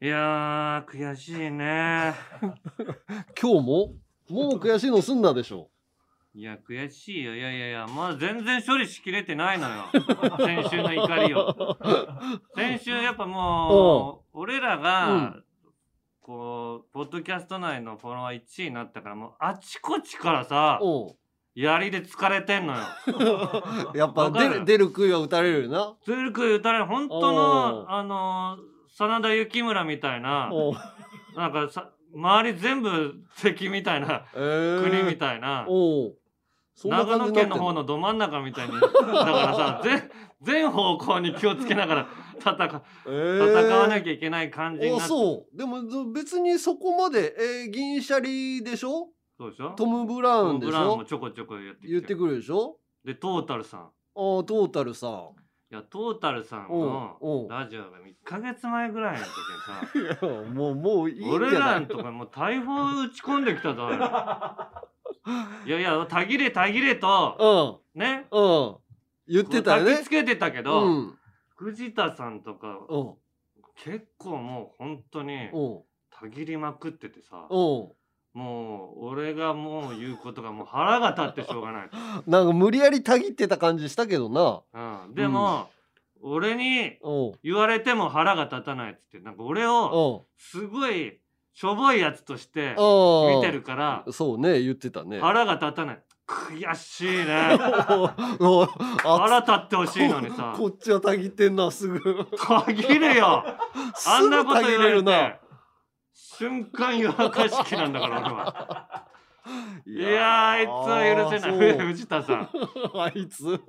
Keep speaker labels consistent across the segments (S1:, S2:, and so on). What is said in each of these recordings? S1: いやー、悔しいね。
S2: 今日ももう悔しいのすんなでしょ
S1: いや、悔しいよ。いやいやいや、まだ全然処理しきれてないの よ。先週の怒りを。先週やっぱもう、俺ら
S2: う
S1: が
S2: ん、
S1: こう、ポッドキャスト内のフォロワー1位になったから、もうあちこちからさ、
S2: う
S1: 槍で疲れてんのよ。
S2: んやっぱ
S1: わか
S2: 出る
S1: る
S2: 出る杭は打たれるよな
S1: ずるく打たれ、本当
S2: おう
S1: の、あのー、真田幸村みたいな、
S2: おう
S1: なんかさ、周り全部敵みたいな、
S2: えー
S1: 国みたいな。
S2: おうそんな
S1: 長
S2: 感じ
S1: 野
S2: になっ
S1: 県
S2: てん
S1: の方のど真ん中みたいにだ からさ全全方向に気をつけながら 戦う
S2: え
S1: 戦わな
S2: き
S1: きゃいけない感じになって
S2: そうでもず別にそこまで、えー銀シャリでしょ
S1: そうでしょ
S2: トム・ブラウンでし
S1: ブラウン
S2: ょ
S1: もちょこちょこやってきて
S2: 言ってくるでしょ
S1: でトータルさん
S2: あートータルさん
S1: いやトータルさん
S2: おうお
S1: の
S2: う
S1: ラジオが1ヶ月前ぐらいの時にさ
S2: いやもうもう いいんじゃない
S1: 俺らんとこにもう大砲打ち込んできたぞ いやいやたぎれたぎれとね
S2: うんうん言ってたよ
S1: こう焚
S2: ね
S1: きつけてたけ
S2: う
S1: ど、
S2: ん
S1: 藤田さんとか
S2: うん
S1: 結構もう本当に
S2: うん
S1: たぎりまくっててさ
S2: うん
S1: もう俺がもう言うことがもう腹が立ってしょうがない、
S2: なんか無理やりたぎってた感じしたけどな
S1: うん、でも、俺に
S2: うん
S1: 言われても腹が立たないっつってなんか俺
S2: う
S1: を
S2: ん
S1: すごいしょぼいやつとして
S2: うん
S1: 見てるから
S2: そうね言ってたね
S1: 腹が立たない悔しいね
S2: おおあ
S1: 腹立ってほしいのにさ
S2: こっ ちはたぎってんなすぐ
S1: たぎれよあんなこと言われ
S2: すぐたぎ
S1: て瞬間夜明かしきなんだから俺はい
S2: るない
S1: やーあいつは許せない
S2: い
S1: 藤田さ
S2: そうあ いつ
S1: ん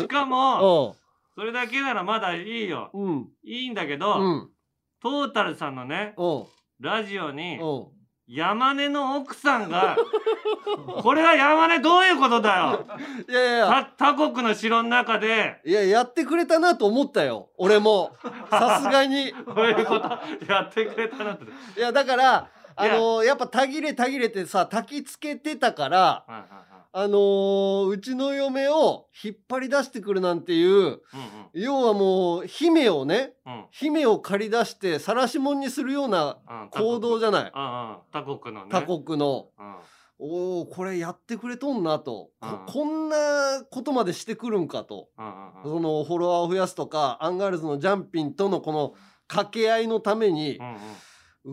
S1: しかも
S2: う
S1: それだけならまだいいよ
S2: んうん
S1: いいんだけど、
S2: うん
S1: トータルさんのね
S2: うん
S1: ラジオに
S2: うん
S1: 山根の奥さんがこれは山根どういうことだよ
S2: いやいや
S1: た他国の城の中で
S2: いややってくれたなと思ったよ 俺もさすがに
S1: こういうことやってくれたなって、はい
S2: いやだからあ
S1: いや
S2: のーやっぱたぎれたぎれてさたきつけてたから
S1: はい
S2: あのーうちの嫁を引っ張り出してくるなんていう
S1: はい
S2: 要はもう姫をね
S1: うんうん
S2: 姫を借り出して晒し者にするような
S1: うんうん
S2: 行動じ
S1: ゃ
S2: ゃない
S1: うんうん他国のね
S2: 他国の。
S1: うん
S2: おおこれやってくれとんなと、こ
S1: うん
S2: こんなことまでしてくるんかと、
S1: うんうんうん
S2: そのフォロワーを増やすとかアンガールズのジャンピンとのこの掛け合いのために
S1: う、ん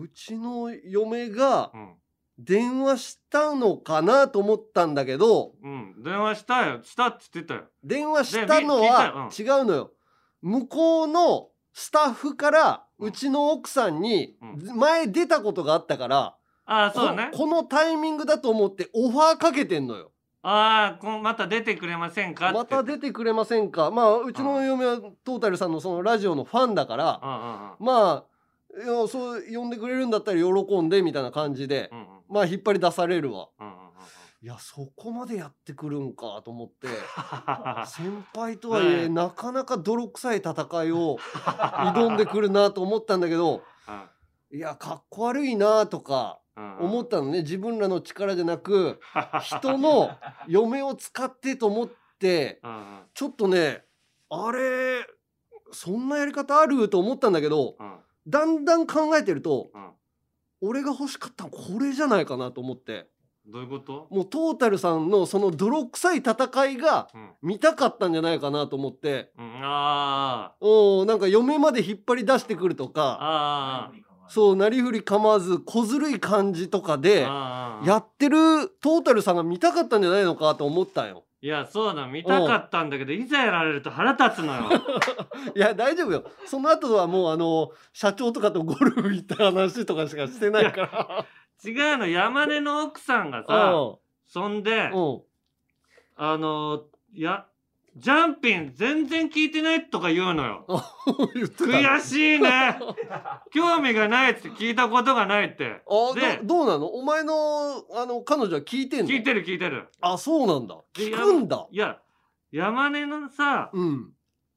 S1: うん
S2: うちの嫁が
S1: うん
S2: 電話したのかなと思ったんだけど
S1: うん電話したよしたっつってたよ
S2: 電話したのは
S1: で
S2: 違うのよ。向こうのスタッフからうちの奥さんに
S1: う
S2: 前出たことがあったから、
S1: ああそうだね
S2: ここのタイミングだと思ってオファーかけてんのよ。
S1: ああこまた出てくれませんかって
S2: また
S1: うんうん
S2: 出てくれませんかまあうちの嫁はトータルさんのそのラジオのファンだから
S1: うん
S2: まあいやそう呼んでくれるんだったら喜んでみたいな感じで
S1: うんうんうん
S2: まあ引っ張り出されるわ
S1: うんうんうん
S2: いやそこまでやってくるんかと思 って先輩とは
S1: はい
S2: えなかなか泥臭い戦いを挑んでくるなと思ったんだけどいやかっこ悪いなとか思ったのね自分らの力じゃなく人の嫁を使ってと思って。
S1: うんうん
S2: ちょっとねあれそんなやり方あると思ったんだけど
S1: うん
S2: だんだん考えてると
S1: うん
S2: 俺が欲しかったのこれじゃないかなと思って
S1: どういうこと
S2: もうトータルさんのその泥臭い戦いが
S1: うん
S2: 見たかったんじゃないかなと思って
S1: うんあ
S2: うんなんか嫁まで引っ張り出してくると
S1: あ
S2: か
S1: あ
S2: そうなりふり構わず小ずるい感じとか
S1: あ
S2: で
S1: ああ
S2: やってるトータルさんが見たかったんじゃないのかと思ったんよ。
S1: いやそうだ見たかったんだけどいざやられると腹立つのよ
S2: いや大丈夫よその後はもうあの社長とかとゴルフ行った話とかしかしてないから
S1: 違うの山根の奥さんがさ
S2: う
S1: そんで
S2: んうん
S1: あのいやジャンピン全然聞いてないとか言うのよ
S2: 言ってた
S1: 悔
S2: しい
S1: しいね興味がないっつって聞いたことがないって
S2: あ
S1: で
S2: どどうなのお前のあの彼女は聞いてんの
S1: 聞いてる聞いてる
S2: あそうなんだ
S1: で
S2: 聞くんだ
S1: いや山根のさ
S2: うん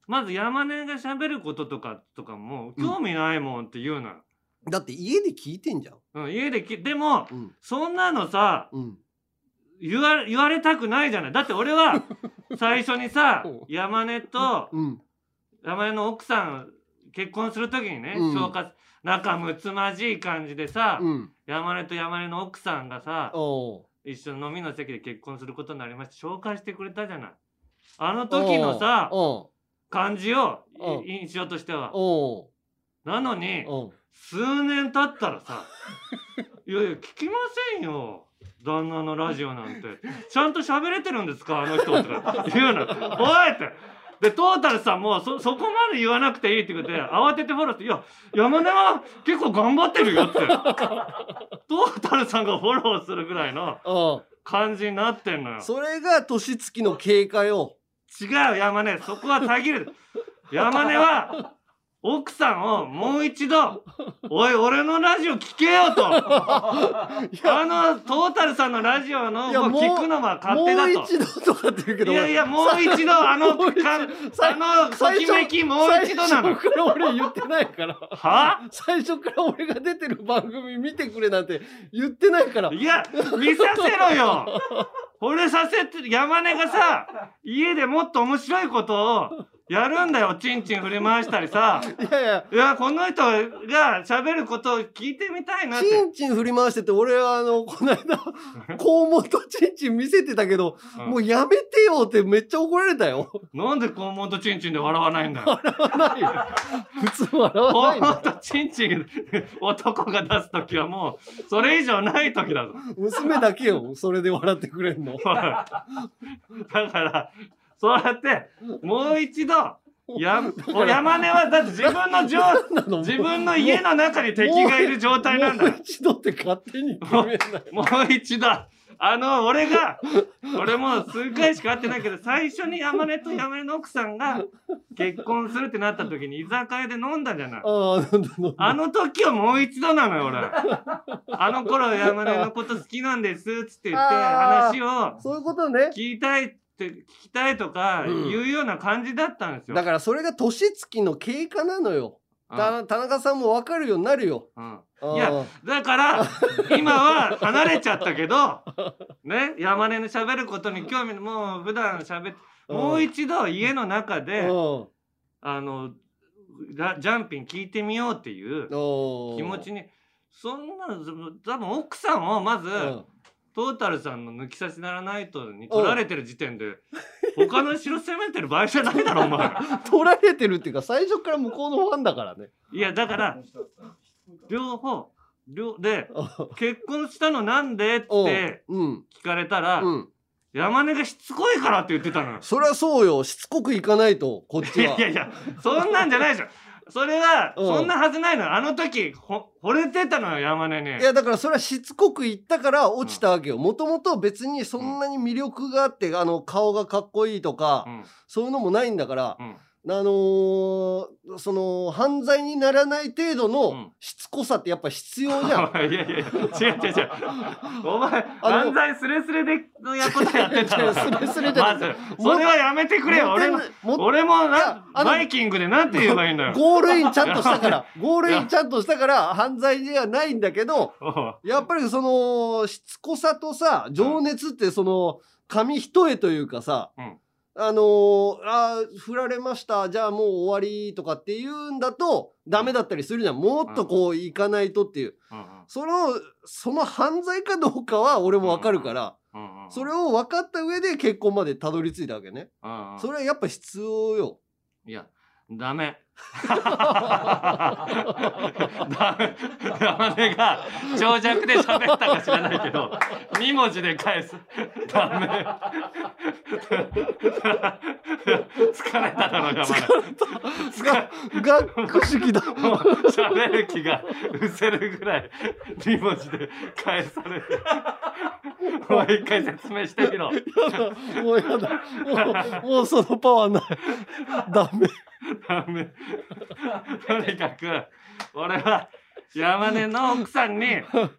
S1: まず山根が喋ることとかとかも
S2: うん
S1: 興味ないもんって言うのよ、
S2: だって家で聞いてんじゃん
S1: うん家できでも
S2: うん
S1: そんなのさ
S2: うん
S1: 言わ言われたくないじゃないだって俺 は最初にさ
S2: うん
S1: 山根と
S2: うん
S1: 山根の奥さん結婚する時にね、
S2: うん
S1: 紹介仲睦まじい感じでさ、
S2: うん。
S1: 山根と山根の奥さんがさ、
S2: おう
S1: 一緒に飲みの席で結婚することになりまして、紹介してくれたじゃない。あの時のさ、
S2: お
S1: 感じよ
S2: うん、
S1: い印象としては
S2: う。お
S1: なのに
S2: う、おう
S1: 数年経ったらさ、いやいや、聞きませんよ。旦那のラジオなんて。ちゃんと喋れてるんですかあの人とか言うの。おいって。で、トータルさんもうそ、そこまで言わなくていいってことで、慌ててフォローして、いや、山根は結構頑張ってるよって。トータルさんがフォローするぐらいの
S2: お
S1: 感じになってんのよ
S2: う。。それが年月の経過よ。
S1: 違う山根そこはたぎる山根は奥さんをもう一度「おい俺のラジオ聞けよ」とあのトータルさんのラジオのを
S2: いやもう
S1: 聞くのは勝
S2: もう
S1: 手だ
S2: 一
S1: と。
S2: 度とかって言うけど。
S1: いやいやもう一度あの
S2: もう一度
S1: か
S2: 最
S1: あのときめきもう一度なの
S2: 最初から俺言ってないから。
S1: は
S2: 最初から俺が出てる番組見てくれなんて言ってないから。
S1: いや見させろよ惚れさせて山根がさ家でもっと面白いことをやるんだよちんちん振り回したりさ
S2: いやいや、
S1: いや、この人が喋ることを聞いてみたいなって。
S2: チンチン振り回してて、俺はあの、この間、肛門とチンチン見せてたけど、
S1: うん
S2: もうやめてよってめっちゃ怒られたよ。
S1: なんで肛門とチンチンで笑わないんだよ。
S2: ないよ普通笑わな
S1: 肛
S2: いの
S1: 門とチンチン、男が出すときはもう、それ以上ないときだぞ。
S2: 娘だけよ、それで笑ってくれんの。
S1: おいだから、そうやって、もう一度、や、お山根はだって自分の上、
S2: な の
S1: 自分の家の中に敵がいる状態なんだ
S2: もう。一度って勝手に決めない。
S1: もう一度、あの、俺が、俺もう数回しか会ってないけど、最初に山根と山根の奥さんが結婚するってなった時に居酒屋で飲んだじゃない。
S2: ああ、なんだなんだ。
S1: あの時はもう一度なのよ、俺。あの頃山根のこと好きなんです、つって言って
S2: あー
S1: 話を
S2: そういうことね。
S1: 聞きたいって、聞きたいとか
S2: うん
S1: 言うような感じだったんですよ。
S2: だからそれが年月の経過なのよ。
S1: うん
S2: た田中さんも分かるようになるよ。
S1: うん
S2: ああ
S1: いやだから、今は離れちゃったけど、ね、山根の喋ることに興味、もう普段喋って、もう一度家の中で、
S2: うん
S1: あの、ラジャンピン聞いてみようっていう
S2: おー
S1: 気持ちに、そんなの、その多分奥さんをまず、
S2: うん
S1: トータルさんの抜き差しならないとに取られてる時点で、他の城攻めてる場合じゃないだろ、お 前。
S2: 取られてるっていうか最初から向こうのファンだからね。
S1: いや、だから、両方、両、で、
S2: あ
S1: 結婚したのなんでって
S2: うん
S1: 聞かれたら、
S2: うん。
S1: 山根がしつこいからって言ってたのよ。
S2: そりゃそうよしつこくいかないとこっ
S1: い
S2: ち
S1: や
S2: は。
S1: いやいや、そんなんじゃないでしょ。それは、
S2: うん
S1: そんなはずないのよ。あの時、ほ、惚れてたのよ、山根に。
S2: いやだからそれはしつこく言ったから落ちたわけよ。もともと別にそんなに魅力があってあの顔がかっこいいとか、
S1: うん、
S2: そういうのもないんだから、
S1: うん。
S2: あのーその犯罪にならない程度
S1: う
S2: の
S1: ん
S2: しつこさってやっぱ必 要じゃん。
S1: いやいやいや、違う違う違う。お前、
S2: の
S1: 犯罪スレスレで、のやことやってたのよ。
S2: スレスレじゃな
S1: ま
S2: い
S1: ず、それはやめてくれよ。
S2: モテ
S1: 俺
S2: る
S1: も、
S2: モテ
S1: 俺も
S2: いや
S1: な、
S2: あの
S1: バイキングでなんて言えばいいんだよ。
S2: ゴールインちゃんとし たから、ゴールインちゃんとしたから犯罪ではないんだけど、やっぱりその、しつこさとさ、情熱ってその、紙一重というかさ、
S1: うん
S2: あのーあー振られました、じゃあもう終わりとかっていうんだと、ダメだったりするじゃん。もっとこう、いかないとっていう。
S1: うん
S2: その、その犯罪かどうかは俺もわかるから、
S1: うんうん
S2: それを分かった上で結婚までたどり着いたわけね。
S1: うんうん
S2: それはやっぱ必 要よ。
S1: いや、ダメ。ダメ。ダメが、長尺で喋ったか知らないけど、2文字で返す。ダメ。疲れただろ、山根。
S2: が、学 識だ。
S1: もう喋る気がうせるぐらい2文字で返されてもう一回説明してみろ
S2: もうやだ。もう、もうそのパワーない。ダメ。
S1: ダメとにかく俺は山根の奥さんにこ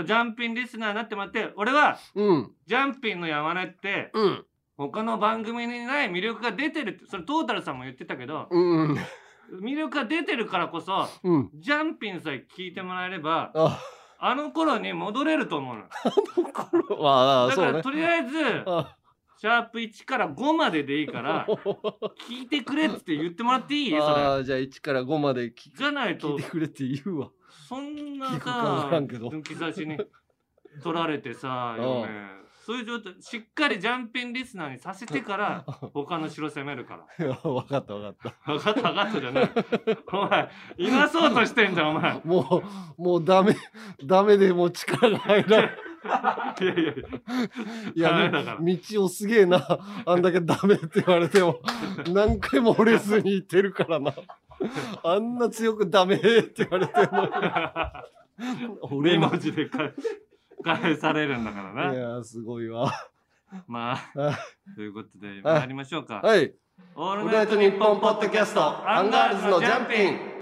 S1: うジャンピンリスナーになってもらって俺は
S2: うん。
S1: ジャンピンの山根って
S2: うん。
S1: 他の番組にない魅力が出てるってそれトータルさんも言ってたけど
S2: うん。
S1: 魅力が出てるからこそ
S2: うん。
S1: ジャンピンさえ聞いてもらえれば
S2: あ、
S1: あの頃に戻れると思うの。
S2: これは、あ
S1: だ
S2: そ
S1: か
S2: う
S1: ら
S2: ね。
S1: とりあえず
S2: あ
S1: シャープ1から5まででいいから聞いてくれって言ってもらっていいそ
S2: あ
S1: れ
S2: あじゃあ1から5まで聞
S1: じゃない
S2: 聞
S1: と
S2: いてくれって言うわ
S1: そん
S2: 聞
S1: な
S2: くかわから
S1: さ
S2: んけど
S1: 抜き差しに取られて さよねそういう状態しっかりジャンピンリスナーにさせて から他の城攻めるから
S2: 分かった分かった
S1: 分かった分かったじゃないお前いなそうとしてんじゃんお前
S2: もうもうダメダメでもう力が入らない
S1: いやいやい
S2: い
S1: ダメ
S2: や
S1: だから
S2: 道をすげ えなあんだけダメって言われても何回も折れずに言ってるからなあんな強くダメって言われても
S1: や
S2: 折れ
S1: 2
S2: ない
S1: 文字で返返されるんだから
S2: い
S1: な
S2: やすごいわ
S1: ま
S2: は
S1: あということで参りましょうか
S2: はい
S1: オ
S2: 「オ
S1: ー
S2: ー
S1: ル
S2: ル
S1: ナ
S2: ナ
S1: イ
S2: イ
S1: ト
S2: ト
S1: ニ
S2: ニ
S1: ッ
S2: ッ
S1: ポ
S2: ポ
S1: ン
S2: ン」
S1: ポ
S2: ポ
S1: ッ
S2: ッ
S1: ド
S2: ド
S1: キ
S2: キ
S1: ャ
S2: ャ
S1: ス
S2: ス
S1: ト
S2: ト
S1: ア
S2: ア
S1: ン
S2: ン
S1: ガ
S2: ガ
S1: ー
S2: ー
S1: ル
S2: ル
S1: ズ
S2: ズ
S1: の
S2: の
S1: ジ
S2: ジ
S1: ャ
S2: ャ
S1: ン
S2: ン
S1: ピ
S2: ピ
S1: ン
S2: ン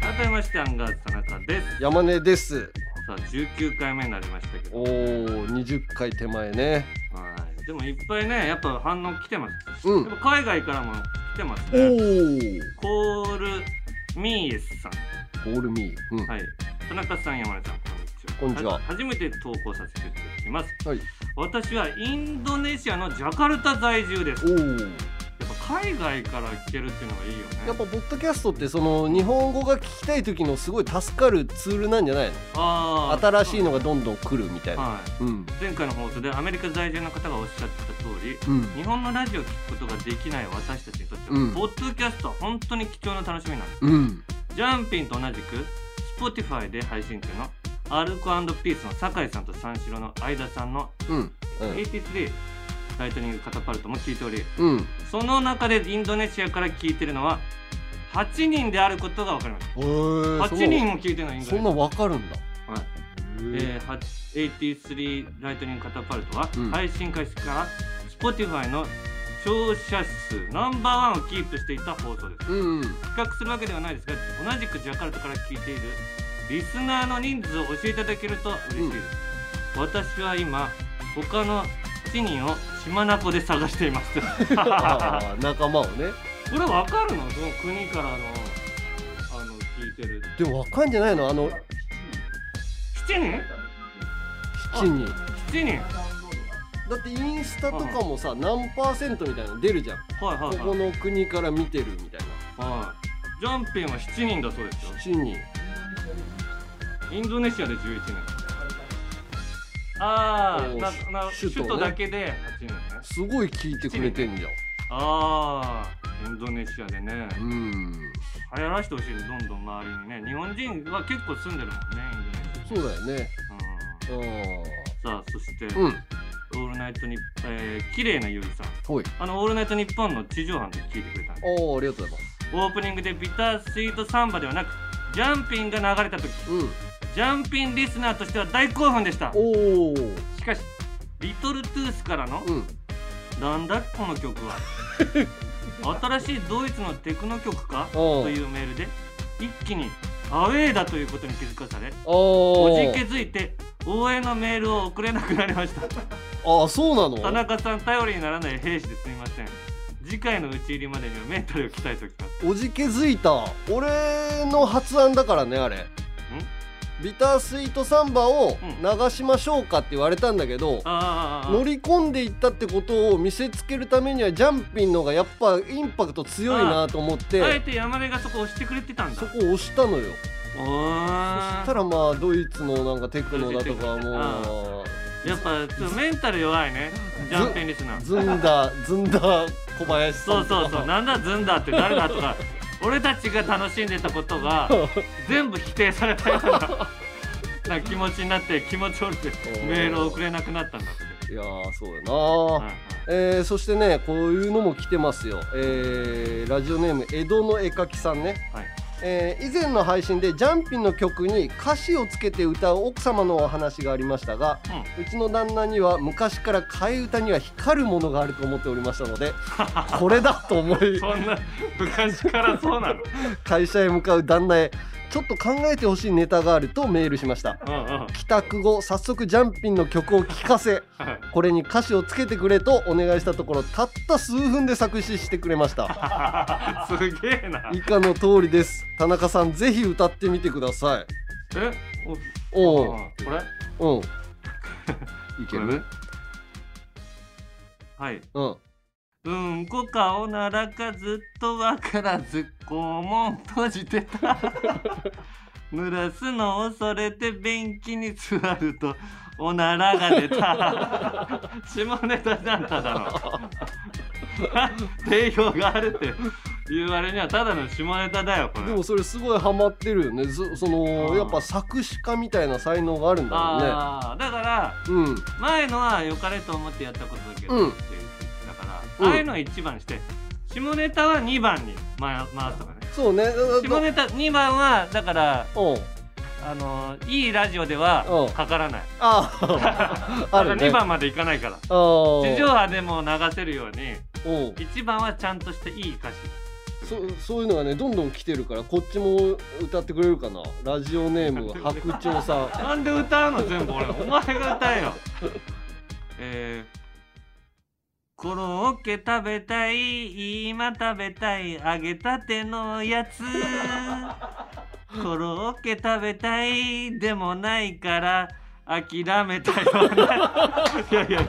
S1: 改めましてアンガールズ田中です」
S2: 山根です
S1: さあ19回目になりましたけど
S2: おー20回手前ね
S1: はいでもいっぱいねやっぱ反応来てます
S2: う
S1: やっぱ海外からも来てます
S2: お
S1: ね
S2: ー
S1: コールミーエスさん
S2: オールミー、うん
S1: はい、田中さん、山根さん、こ
S2: こ
S1: んに
S2: んに
S1: ち
S2: ち
S1: は。
S2: は
S1: 初めて投稿させていただきます。
S2: はい
S1: 私はインドネシアのジャカルタ在住です。
S2: おー
S1: やっぱ海外から聞けるっていうのがいいよね。
S2: やっぱポッドキャストってその日本語が聞きたい時のすごい助かるツールなんじゃないの
S1: あー
S2: 新しいのがどんどん来るみたいな、
S1: はい。
S2: うん
S1: 前回の放送でアメリカ在住の方がおっしゃってた通り、
S2: うん
S1: 日本のラジオを聞くことができない私たちにとっては、
S2: うん
S1: ポッドキャストは本当に貴重な楽しみなんです。
S2: うん
S1: ジャンピンと同じく、Spotify で配信中のアルコピースの酒井さんと三四郎の相田さんの
S2: うんうん
S1: 83ライトニングカタパルトも聞いており
S2: うん
S1: その中でインドネシアから聞いてるのは8人であることが分かりまし
S2: へー
S1: た8人も聞いてるのはインド
S2: そ
S1: ネ
S2: ん
S1: シ
S2: なわかるんだ
S1: ア、はい
S2: へ
S1: えーは83ライトニングカタパルトは
S2: うん
S1: 配信開始から Spotify の聴者数ナンバーワンをキープしていた放送です
S2: ーうん
S1: 比較するわけではないですが同じくジャカルタから聞いているリスナーの人数を教えていただけると嬉しいです、私は今他の7人を島名湖で探しています これ
S2: あ
S1: わ
S2: ー仲間をね
S1: かるのその国からのあの聞いてる
S2: でもわかんじゃないのあの
S1: 7
S2: 7人
S1: 人 ?7 人
S2: だってインスタとかもさ何パーセントみたいなの出るじゃん
S1: はいは
S2: こ
S1: い
S2: こ
S1: はい、
S2: の国から見てるみたい
S1: はい、ジャンピンは7人だそうですよ
S2: な7人
S1: インドネシアで11人あ
S2: おー
S1: あなな
S2: 首
S1: 首
S2: 都ね
S1: 都だけで8人ね
S2: すごい聞いてくれてんじゃん
S1: ああインドネシアでね
S2: うん
S1: 流行らしてほしいねどんどん周りにね日本人は結構住んでるもんねインドネシ
S2: そうだよね
S1: ア、うん
S2: う
S1: さあそして、
S2: んうん
S1: オールナイトニッポン」えー「綺麗なゆうさん」
S2: ほい
S1: あの「オールナイトニッポン」の地上波で聞いてくれたんで
S2: おーありがとうございます
S1: オープニングで「ビタースイートサンバ」ではなくジャンピンが流れた時
S2: うん
S1: ジャンピンリスナーとしては大興奮でした
S2: おお
S1: しかしリトルトゥースからの
S2: うん
S1: 「なんだこの曲 は」新しいドイツのテクノ曲か
S2: お
S1: というメールで一気にアウェーだということに気づかされ
S2: お
S1: お
S2: お
S1: じけづいて応援のメールを送れなくなりました
S2: ああそうな
S1: 田
S2: の
S1: 中さん頼りにならない兵士ですみません次回の打ち入りまでにはメンタルを鍛えておきます
S2: おじけづいた俺の発案だからねあれビタースイートサンバを流しましょうかって言われたんだけど、
S1: ああ
S2: 乗り込んでいったってことを見せつけるためにはジャンピンのがやっぱインパクト強いなと思っ
S1: あえ
S2: て
S1: て山根がそこ押してくれてたんだ
S2: そこを押したの
S1: お
S2: よそし
S1: ー
S2: たらまあドイツのなんかテクノだとかも
S1: やっぱちょっとメンタル弱いねジャンピンリスナー
S2: ずんだずんだ小林さ
S1: そ
S2: ん
S1: う
S2: とか
S1: そうそうなんだずんだって誰だと か俺たちが楽しんでたことが全部否定された ようななんか気持ちになって気持ち悪くてメールを送れなくなったんだって
S2: いやーそうやなー、
S1: はいはい
S2: えーそしてねこういうのも来てますよ、えーラジオネーム江戸の絵描きさんね、
S1: はい
S2: えー以前の配信でジャンピンの曲に歌詞をつけて歌う奥様のお話がありましたが、うちの旦那には昔から替え歌には光るものがあると思っておりましたのでこれだと思 い
S1: そんな昔からそうなの。
S2: 会社へ向かう旦那へ、ちょっと考えてほしいネタがあるとメールしました
S1: うんうんはい
S2: 帰宅後早速ジャンピンの曲を聴かせこれに歌詞をつけてくれとお願いしたところたった数分で作詞してくれました
S1: すげえな
S2: 以下の通りです田中さんぜひ歌ってみてください
S1: えお
S2: お
S1: うんこれ
S2: ううんいけ
S1: これ
S2: る
S1: はい
S2: うん
S1: うんこ顔ならかずっとわからず肛門閉じて た濡らすのを恐れて便器に座るとおならが出 た下ネタじゃんただの定評があるって言われにはただの下ネタだよこれ
S2: でもそれすごいハマってるよねずそ
S1: あ
S2: の
S1: ー
S2: やっぱ作詞家みたいな才能があるんだろ
S1: ああだから
S2: うね
S1: 前のは良かれと思ってやったことだけど
S2: うん
S1: って言ってたから、
S2: うん
S1: ああいうのは1番にして下ネタは2番に回回すとかね
S2: うんそうね
S1: 下ネタ2番はだから
S2: うん
S1: あのーいいラジオでは
S2: うん
S1: かからない
S2: あああ
S1: だか
S2: る
S1: ら
S2: ね
S1: 2番までいかないから
S2: あー
S1: 地上波でも流せるように
S2: うん
S1: 1番はちゃんとしたいい歌詞
S2: そそういうのがねどんどん来てるからこっちも歌ってくれるかなラジオネーム白鳥さ ん
S1: なんで歌うの全部俺お前が歌えよえーコロッケ食べたい今食べたい揚げたてのやつコロッケ食べたいでもないから諦めたようないやいやいや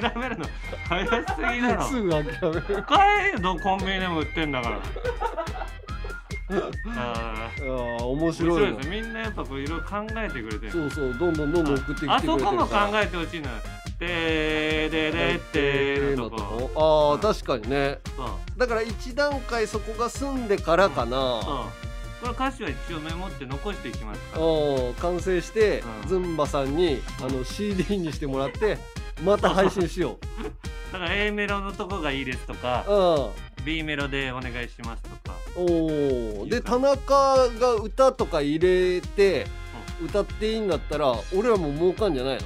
S1: 諦めるの早すぎだろ
S2: すぐ諦める
S1: 買えどコンビニでも売ってんだからあー
S2: あー面
S1: 面
S2: 白
S1: 白
S2: い
S1: い
S2: な
S1: ですねみんなやっぱこういろいろ考えてくれてる
S2: そうそうどんどんどんどん送ってきてくれ
S1: あ
S2: てる
S1: そ
S2: から
S1: こも考えてほしいのよ。でーででってーのとこ。
S2: ああ、
S1: うん
S2: 確かにね
S1: そう
S2: だから一段階そこが済んでからかな、
S1: そう。これ歌詞は一応メモって残していきますから。
S2: うん、完成して、
S1: うん
S2: ズンバさんにあの CD にしてもらってまた配信しよ
S1: だから A メロのとこがいいですとか
S2: う、う、ん、お
S1: B メロでお願いしますとか。
S2: ーで田中が歌とか入れて歌っていいんだったら俺らも儲かんじゃない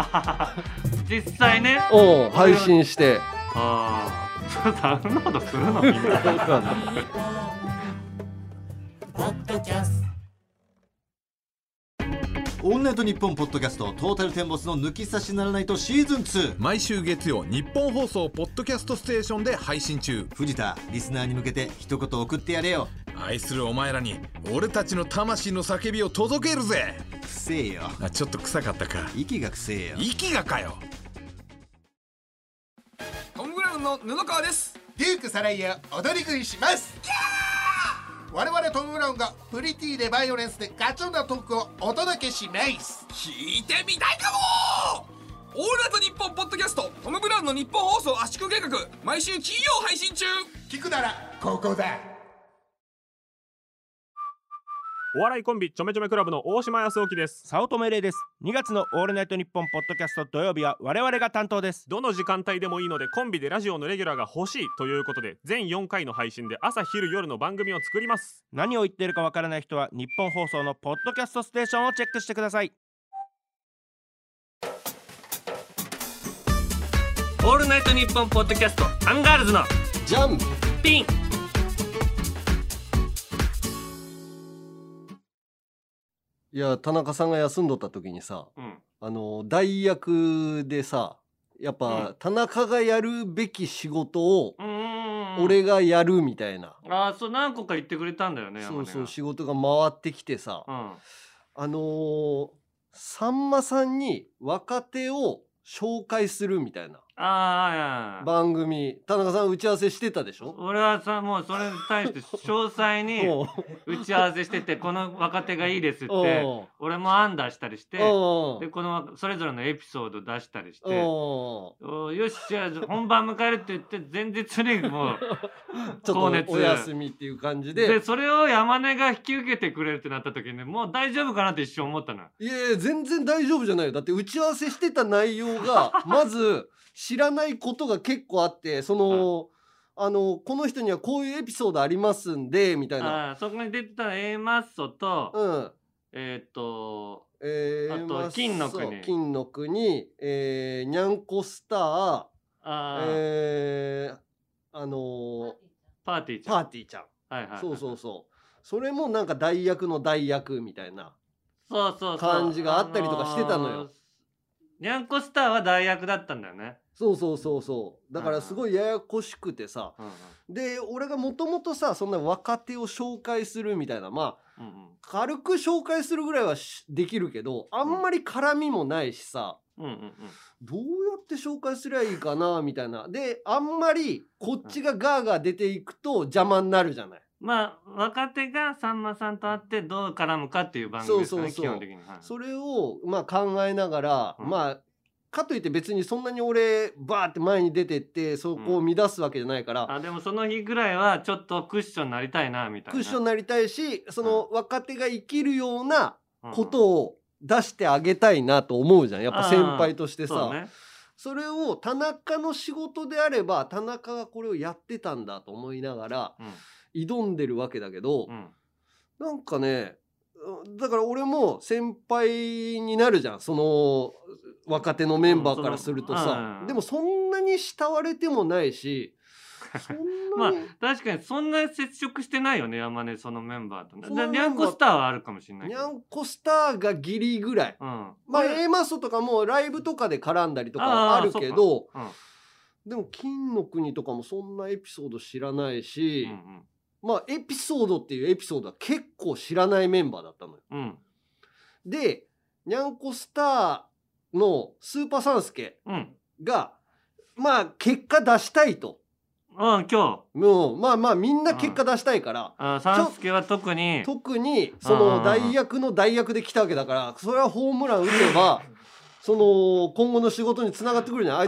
S1: 実際ね。
S2: のうん配 信して
S1: ああ。そうダウンロードする のみんな。
S3: オンナイトニッポンポッドキャストトータルテンボスの抜き差しならないとシーズン2
S4: 毎週月曜日本放送ポッドキャストステーションで配信中
S3: 藤田リスナーに向けて一言送ってやれよ
S4: 愛するお前らに俺たちの魂の叫びを届けるぜ
S3: くせえよ
S4: あちょっと臭かったか
S3: 息がくせえよ
S4: 息がかよ
S5: トム・ブラウンの布川です
S6: デュークサライヤ踊り食いします我々トム・ブラウンがプリティでバイオレンスでガチョンなトークをお届けします
S5: 聞いてみたいかもオールナイトニッポンポッドキャストトム・ブラウンの日本放送圧縮計画毎週金曜配信中
S6: 聞くならここだ
S7: お笑いコンビちょめちょめクラブの大島康幸です
S8: 早乙女玲です2月の「オールナイトニッポン」ポッドキャスト土曜日は我々が担当です
S7: どの時間帯でもいいのでコンビでラジオのレギュラーが欲しいということで全4回の配信で朝昼夜の番組を作ります
S8: 何を言ってるかわからない人は日本放送のポッドキャストステーションをチェックしてください
S1: オールナイトニッポンポッドキャストアンガールズの
S2: じゃん
S1: ピン。
S2: いや田中さんが休んどった時にさ
S1: うん。
S2: あの代役でさやっぱ、
S1: う
S2: 田中がやるべき仕事を
S1: うーん。。
S2: 俺がやるみたいな、
S1: ああそう何個か言ってくれたんだよね。
S2: そうそ
S1: 山
S2: う
S1: 根
S2: 仕事が回ってきてさ、
S1: がうん。
S2: あのーさんまさんに若手を紹介するみたいな
S1: ああ。
S2: 番組田中さん打ち合わせしてたでしょ
S1: 俺はさもうそれに対して詳細に
S2: おう
S1: 打ち合わせしててこの若手がいいですっ
S2: お
S1: て
S2: う
S1: 俺も案出したりして
S2: おう
S1: でこのそれぞれのエピソード出したりして
S2: おう
S1: およしじゃあ本番迎えるって言って前日にもう
S2: ちょ
S1: 高
S2: っ
S1: 熱
S2: とお休みっていう感じ
S1: で
S2: で
S1: それを山根が引き受けてくれるってなった時にもう大丈夫かなって一瞬思ったのよ
S2: いやいや全然大丈夫じゃないよだって打ち合わせしてた内容 がまず知らないことが結構あってその、あのこの人にはこういうエピソードありますんでみたいな。
S1: あーそこに出てた A マッソと、
S2: うん
S1: えーっと
S2: えー
S1: あと
S2: ま
S1: 金の国
S2: そう金の国、えー、にゃんこスター、
S1: あー、
S2: えー、あのー
S1: パーティーちゃん
S2: パーティーちゃん、
S1: はいはいはい
S2: そうそうそうそれもなんか代役の代役みたいな
S1: そうそうそう
S2: 感じがあったりとかしてたのよ
S1: あーにゃんこスターは代役だったんだよね、
S2: そうそうそうそうだからすごいややこしくてさ
S1: うんうん
S2: で俺がもともとさそんな若手を紹介するみたいなまあ
S1: うん
S2: 軽く紹介するぐらいはしできるけどあんまり絡みもないしさ
S1: うんうんうんうん
S2: どうやって紹介すりゃいいかなみたいなであんまりこっちがガーガー出ていくと邪魔になるじゃない。
S1: まあ若手がさんまさんと会ってどう絡むかっていう番組ですね
S2: そうそうそう
S1: 基本的に、はい
S2: それをまあ考えながら、
S1: うん
S2: まあかといって別にそんなに俺バーって前に出てってそこを乱すわけじゃないから、
S1: あでもその日ぐらいはちょっとクッションになりたいなみたいな
S2: クッションになりたいしその若手が生きるような
S1: うんうん
S2: ことを出してあげたいなと思うじゃんやっぱ先輩として
S1: そ
S2: さ
S1: うね
S2: それを田中の仕事であれば田中がこれをやってたんだと思いながら挑んでるわけだけど、
S1: うんうん
S2: なんかねうんだから俺も先輩になるじゃんその若手のメンバーからすると
S1: うんその
S2: さ、
S1: うん
S2: でもそんなに慕われてもないしそ んなに、
S1: 確かにそんな接触してないよね山根そのメンバーとね
S2: そのメンバ
S1: だ
S2: ー
S1: にゃんこスターはあるかもしれないけ
S2: に
S1: ど
S2: ゃんこスターがギリぐらい。
S1: うん
S2: まあ、
S1: 俺
S2: A マッソとかもライブとかで絡んだりとかはあるけど
S1: あーそっか
S2: でも金の国とかもそんなエピソード知らないし、
S1: うん
S2: まあエピソードっていうエピソードは結構知らないメンバーだったのよ。
S1: うんうん
S2: でにゃんこスターのスーパーサンスケ
S1: うん
S2: がまあ結果出したいと
S1: うん今日
S2: もうまあまあみんな結果出したいから、
S1: あサンスケは特に
S2: 特にその代役の代役で来たわけだからそれはホームラン打てばその今後の仕事につながってくるじゃんあ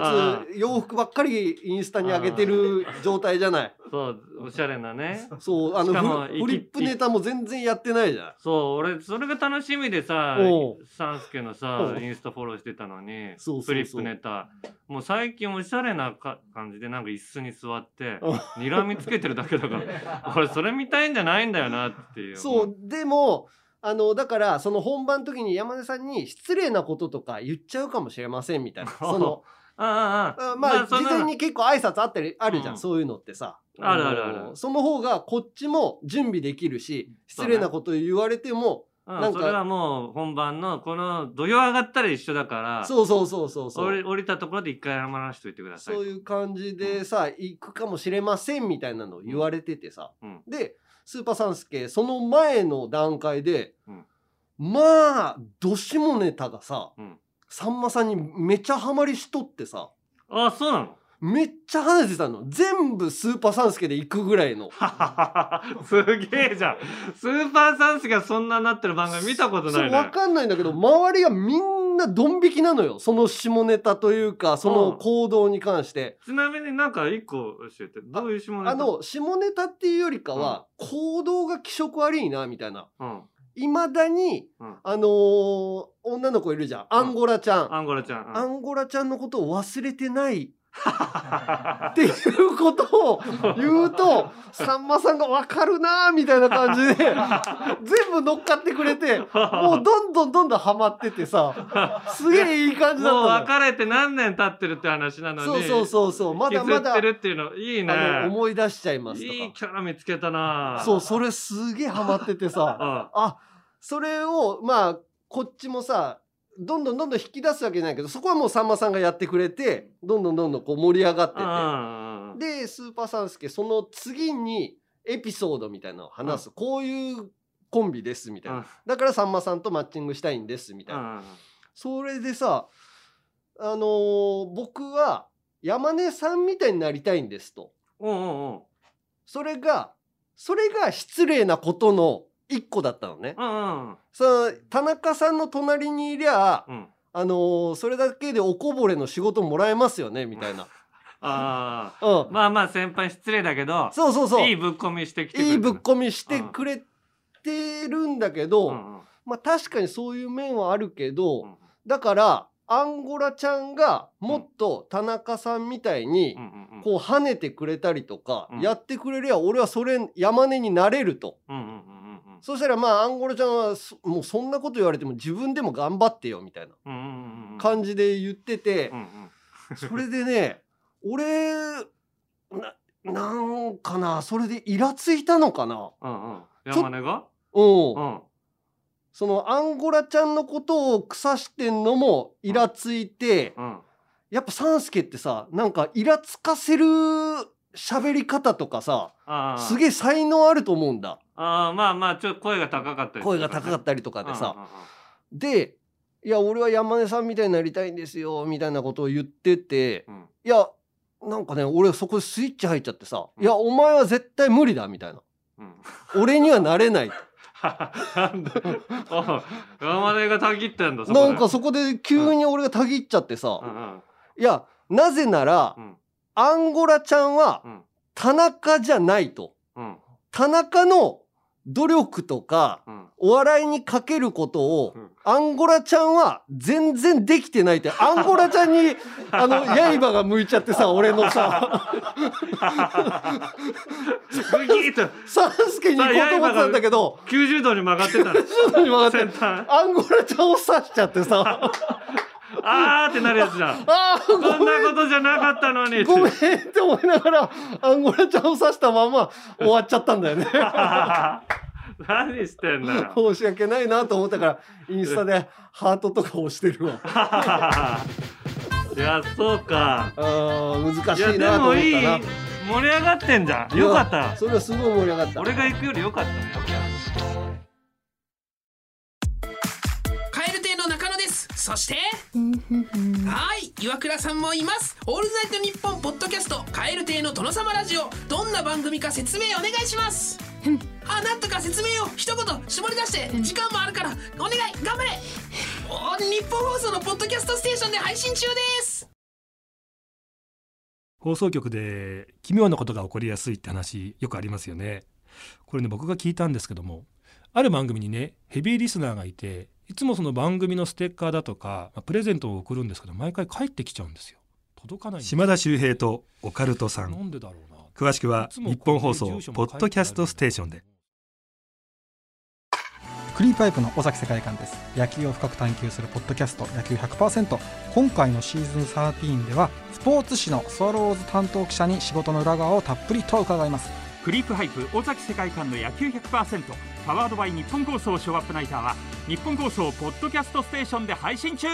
S2: いつ洋服ばっかりインスタに上げてる状態じゃない
S1: そうおしゃれなね
S2: そうあ
S1: しかも
S2: のフリフリップネタも全然やってないじゃん
S1: そう俺それが楽しみでさ
S2: おう
S1: サンスケのさ
S2: おう
S1: インスタフォローしてたのに
S2: そうそうそう
S1: フリップネタもう最近おしゃれなか感じでなんか椅子に座って
S2: お
S1: 睨みつけてるだけだから 俺それ見たいんじゃないんだよなっていう
S2: そうでもあのだからその本番の時に山根さんに失礼なこととか言っちゃうかもしれませんみ たいなその
S1: あああ
S2: あ
S1: あ
S2: まあ
S1: そ
S2: 事
S1: んな
S2: 前に結構挨拶あったりあるじゃん、
S1: うん
S2: そういうのってさ
S1: あるあるある
S2: のその方がこっちも準備できるし
S1: そ
S2: 失
S1: うね
S2: 礼なこと言われても
S1: うん
S2: なんか
S1: それはもう本番のこの土曜上がったら一緒だから
S2: そうそうそうそうそ
S1: 降り
S2: う
S1: 降りたところで一回謝らせといてください
S2: そういう感じでさ行くかもしれませんみたいなのを言われててさ、
S1: うん
S2: でスーパーサンスケその前の段階で、
S1: うん
S2: まあどしもネタがさ、
S1: うん
S2: さんまさんにめちゃハマりしとってさ
S1: ああそうなの
S2: めっちゃ話してたの全部スーパーサンスケで行くぐらいの。
S1: すげえじゃんスーパーサンスがそんななってる番組見たこと
S2: そ
S1: な
S2: う
S1: い
S2: わ
S1: ね
S2: かんないんだけど周りがみんなドン引きなのよその下ネタというかその行動に関して、
S1: ちなみになんか一個教えてどういう下ネタ
S2: あの下ネタっていうよりかは、行動が気色悪いなみたいな
S1: うん
S2: いまだに、
S1: うん
S2: あのー女の子いるじゃんアンゴラちゃん、
S1: アンゴラちゃん、うん
S2: アンゴラちゃんのことを忘れ てないっていうことを言うとさんまさんが分かるなーみたいな感 じで全部乗っかってくれてもうどんどんどんどんハマって てさすげえいい感じだ
S1: もう
S2: ったのよ
S1: 別れて何年経ってるって話なのに
S2: そうそうそうそうまだま
S1: 引きず
S2: だ
S1: ってるっていうのいいね
S2: あの思い出しちゃいますと
S1: いい
S2: か
S1: キャラ見つけたな
S2: そうそれすげえハマっててさ
S1: あ
S2: あそれをまあこっちもさどんどんどんどん引き出すわけじゃないけどそこはもうさんまさんがやってくれてどんどんどんどんこう盛り上がって
S1: あ
S2: てでスーパーサンスケその次にエピソードみたいなのを話す、こういうコンビですみたいな、
S1: うん
S2: だからさんまさんとマッチングしたいんですみたいな、それでさあのー僕は山根さんみたいになりたいんですと
S1: うんうんうんうん
S2: それがそれが失礼なことの一個だったのね。
S1: うんうん
S2: その田中さんの隣にいりゃ
S1: うん
S2: あのーそれだけでおこぼれの仕事もらえますよねみたいな、
S1: ああ
S2: う ん、
S1: まあまあ先輩失礼だけど
S2: そうそうそう
S1: いい
S2: い
S1: ぶっ込みしてきてくれ
S2: い
S1: てる
S2: ぶっ込みしてくれてるんだけど、
S1: うんうん
S2: まあ確かにそういう面はあるけど、
S1: うん
S2: だからアンゴラちゃんがもっと田中さんみたいに
S1: うんうんうん
S2: こう跳ねてくれたりとか
S1: うん
S2: やってくれりゃ俺はそれ山根になれると。
S1: うんうんうんうんうん
S2: そしたらまあアンゴラちゃんはそもうそんなこと言われても自分でも頑張ってよみたいな
S1: うんうんうんうん
S2: 感じで言ってて、
S1: うんうん
S2: それでね、俺、な、なんかな、それでイラついたのかな。
S1: うんうんい山根が
S2: うん
S1: う。ん
S2: そのアンゴラちゃんのことを腐してんのもイラついて、
S1: うん
S2: やっぱサンスケってさなんかイラつかせる喋り方とかさ
S1: ああ
S2: すげえ才能あると思うんだ
S1: ああまあまあちょっと声が高かったり
S2: 声が高かったりとか
S1: た
S2: でさ。で「いや俺は山根さんみたいになりたいんですよ」みたいなことを言ってて
S1: うん
S2: いやなんかね俺そこでスイッチ入っちゃってさ「
S1: うん
S2: いやお前は絶対無理だ」みたいな
S1: うんうん
S2: 「俺にはなれない」
S1: なんであ山根がたぎってん だそこで
S2: なんかそこで急に俺がたぎっちゃってさ、
S1: うんうん
S2: いやなぜなら、
S1: うん
S2: アンゴラちゃんは
S1: うん
S2: 田中じゃないと
S1: うん
S2: 田中の努力とか
S1: うん
S2: お笑いにかけることを、
S1: うん
S2: アンゴラちゃんは全然できてな いってアンゴラちゃんにあの刃が向いちゃってさ俺のさ
S1: グギーと
S2: サンスケに行こうと思ってたんだ けど
S1: 90度に曲がってたら
S2: ちょっと今待っ
S1: 先
S2: て
S1: 端
S2: アンゴラちゃんを刺しちゃって さ
S1: あーってなるやつだ
S2: あー
S1: こんなことじゃなかったのに
S2: ごめんって思いながらアンゴラちゃんを刺したまま終わっちゃったんだよね
S1: 何してんだよ
S2: 申し訳ないなと思ったからインスタでハートとか押してるわ
S1: いやそうか
S2: あー難
S1: い
S2: し
S1: や
S2: い
S1: で
S2: なと思
S1: も
S2: っ
S1: いい
S2: たな
S1: 盛り上がってんじゃんよかっ
S2: うん
S1: た
S2: それはすごい盛り上がった
S1: 俺が行くよりよかったね
S5: カエル亭の中野ですそしてはい岩倉さんもいますオールナイトニッポンポッドキャストカエル亭の殿様ラジオどんな番組か説明お願いしますあなんとか説明を一言絞り出して時間もあるからお願い頑張れお日本放送のポッドキャストステーションで配信中です
S9: 放送局で奇妙なことが起こりやすいって話よくありますよねこれね僕が聞いたんですけどもある番組にねヘビーリスナーがいていつもその番組のステッカーだとか、まあプレゼントを送るんですけど毎回帰ってきちゃうんですよ届かないんですよ
S10: 島田秀平とオカルトさ
S9: なんんでだろうな
S10: 詳しくはい
S9: つも
S10: 日本放送
S9: 住所
S10: ポ
S9: も書
S10: ッ
S9: いてある
S10: ドキャストステーションで
S11: クリーパイプの尾崎世界観です野球を深く探求するポッドキャスト野球100%今回のシーズン13ではスポーツ紙のスワローズ担当記者に仕事の裏側をたっぷりと伺います
S9: クリープハイプ尾崎世界観の野球100%パワードバイ日本放送ショーアップナイターは日本放送ポッドキャストステーションで配信中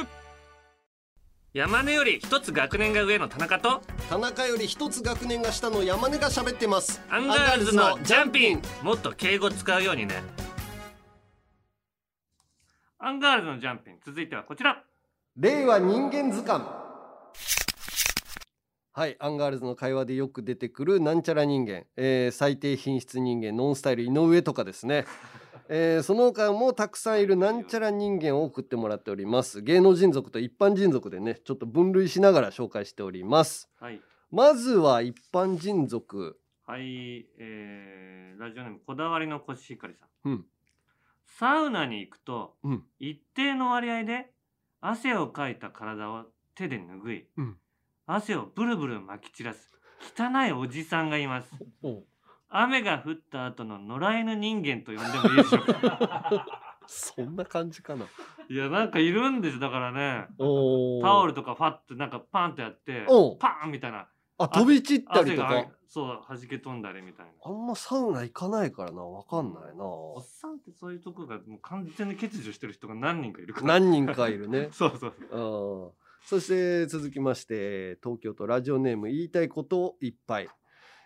S7: 山根より一つ学年が上の田中と
S2: 田中より一つ学年が下の山根が喋ってます
S7: アンガールズのジャンピンもっと敬語使うようにね
S1: アンガールズのジャンピン続いてはこちら
S2: 令和人間図鑑はいアンガールズの会話でよく出てくるなんちゃら人間、えー最低品質人間ノンスタイル井上とかですね、 えーその他もたくさんいるなんちゃら人間を送ってもらっております芸能人族と一般人族でねちょっと分類しながら紹介しております
S1: はい
S2: まずは一般人族
S1: はい、えーラジオネームこだわりのコシヒカリさん、
S2: うん
S1: サウナに行くと、
S2: うん
S1: 一定の割合で汗をかいた体を手で拭い、
S2: うん
S1: 汗をブルブル撒き散らす汚いおじさんがいます
S2: おう
S1: 雨が降った後の野良犬人間と呼んでもいいでしょう か
S2: そんな感じかない
S1: やなんかいるんですよだからね
S2: お
S1: タオ
S2: ル
S1: ルとかファッてなんかパンってやって
S2: おう
S1: パーンみたいな
S2: あ飛び散ったり
S1: 汗
S2: と
S1: が
S2: か
S1: そう弾け飛んだりみたいな
S2: あんまサウナ行かないからなわかんないな
S1: おっさんってそういうとこがもう完全に欠如してる人が何人かいるから。
S2: 何人かい るね
S1: そうそう。
S2: うんそして続きまして東京都ラジオネーム言いたいことをいっぱい、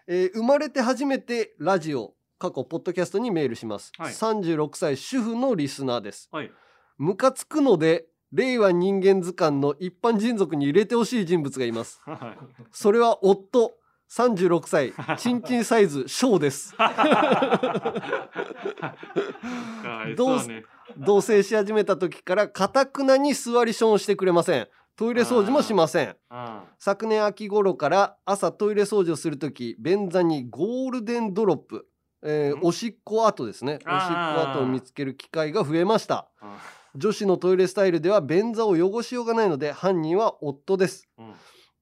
S2: えー生まれて初めてラジオ過去ポッドキャストにメールします、
S1: はい
S2: 36歳主婦のリスナーです
S1: はい。
S2: ムカつくので令和人間図鑑の一般人族に入れてほしい人物がいます
S1: はい。
S2: それは夫36歳 チンチンサイズ小です
S1: かわい
S2: どう
S1: そう
S2: す
S1: ね。
S2: 同棲し始めた時からかたくなに座りションしてくれませんトイレ掃除もしません
S1: あ
S2: 昨年秋頃から朝トイレ掃除をする時便座にゴールデンドロップ、えー
S1: ん
S2: おしっこ跡ですねおしっこ
S1: あー
S2: 跡を見つける機会が増えました
S1: あ。
S2: 女子のトイレスタイルでは便座を汚しようがないので犯人は夫です
S1: うん。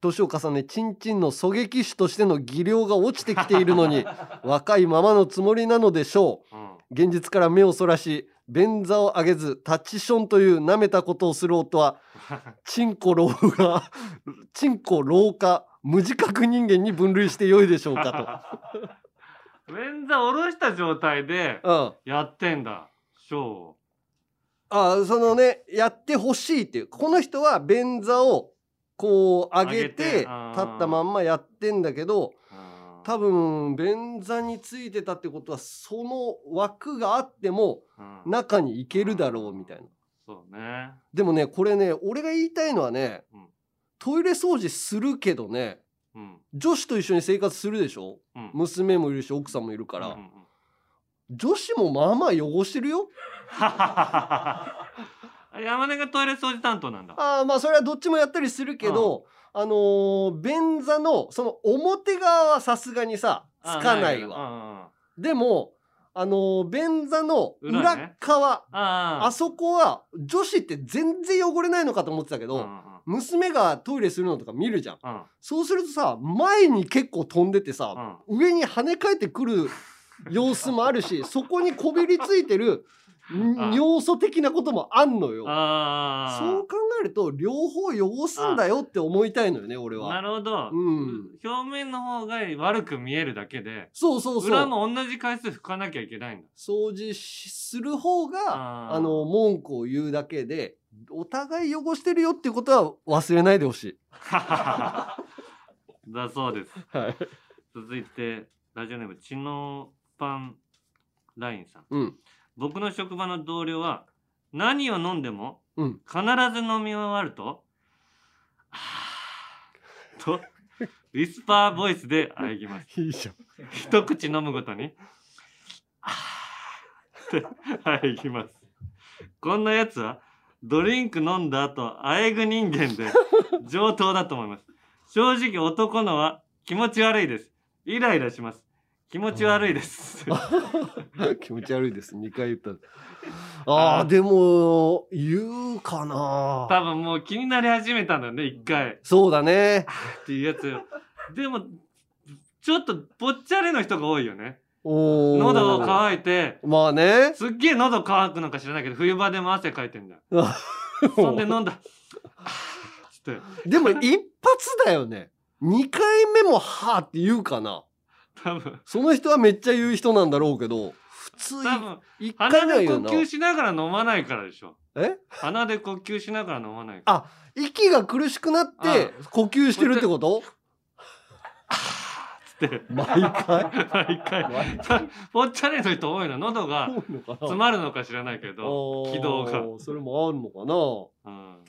S2: 年を重ねチンチンの狙撃手としての技量が落ちてきているの に若いままのつもりなのでしょう
S1: うん。
S2: 現実から目をそらし便座を上げずタッチションという舐めたことをする夫 はチンコ老化チンコ老化無自覚人間に分類して良いでしょうか
S1: 便座下ろした状態で やってんだ、ショーを
S2: あそのねやってほしいっていうこの人は便座をこう上げて
S1: 上げて
S2: 立
S1: あー
S2: ったまんまやってんだけど多分便座についてたってことはその枠があっても中に行けるだろうみたいな。
S1: そうね
S2: でもねこれね俺が言いたいのはね、トイレ掃除するけどね、
S1: うん
S2: 女子と一緒に生活するでしょ、
S1: うん
S2: 娘もいるし奥さんもいるから、女子もまあまあ汚してるよ
S1: あ山根がトイレ掃除担当なんだ
S2: あーまあそれはどっちもやったりするけど、あのー便座のその表側はさすがにさつ
S1: あ
S2: かないわ
S1: わ
S2: でもあのー便座の
S1: 裏
S2: 裏
S1: ね
S2: 側
S1: あ
S2: あそこは女子って全然汚れないのかと思ってたけど、娘がトイレするのとか見るじゃん、そうするとさ前に結構飛んでてさ、上に跳ね返って くる様子もあるしそこにこびりついてるん尿素的なこともあんのよ
S1: あ
S2: そう考えると両方汚すんだよって思いたいのよね俺は
S1: なるほど、
S2: うん
S1: 表面の方が悪く見えるだけで
S2: そうそうそう
S1: 裏も同じ回数拭かなきゃいけない んだ
S2: 掃除しする方があの文句を言うだけでお互い汚してるよっていうことは忘れないでほしい。
S1: だそうです、
S2: はい、
S1: 続いてラジオネームチノパンラインさん、
S2: うん
S1: 僕の職場の同僚は何を飲んでも
S2: うん
S1: 必ず飲み終わると「あーとウィスパーボイスで喘ぎます
S2: いいじゃん
S1: 一口飲むごとに「あーって喘ぎますこんなやつはドリンク飲んだ後喘ぐ人間で上等だと思います正直男のは気持ち悪いですイライラします気持ち悪いです
S2: 気持ち悪いです2回言 ったああでも言うかな
S1: 多分もう気になり始めたんだよね一回
S2: そうだね
S1: っていうや つでもちょっとぽっちゃりの人が多いよね
S2: おー
S1: 喉を乾いて
S2: まあね
S1: すっげえ喉乾くのか知らないけど冬場でも汗かいてんだよ そんで飲んだ
S2: でも一発だよね2回目も「はあ」って言うかな
S1: 多分
S2: その人はめっちゃ言う人なんだろうけど普通
S1: 多分
S2: 一回
S1: 鼻
S2: 目は
S1: で
S2: 言
S1: 呼
S2: うな
S1: 吸しながら飲まないからでしょ
S2: え
S1: 鼻で呼吸しながら飲まないから
S2: あ息が苦しくなって呼吸してるってこと
S1: って
S2: 毎回
S1: 毎回ぽっちゃりの人多いの喉が詰まるのか知らないけど
S2: あー
S1: 気道が
S2: それもあるのかな
S1: うん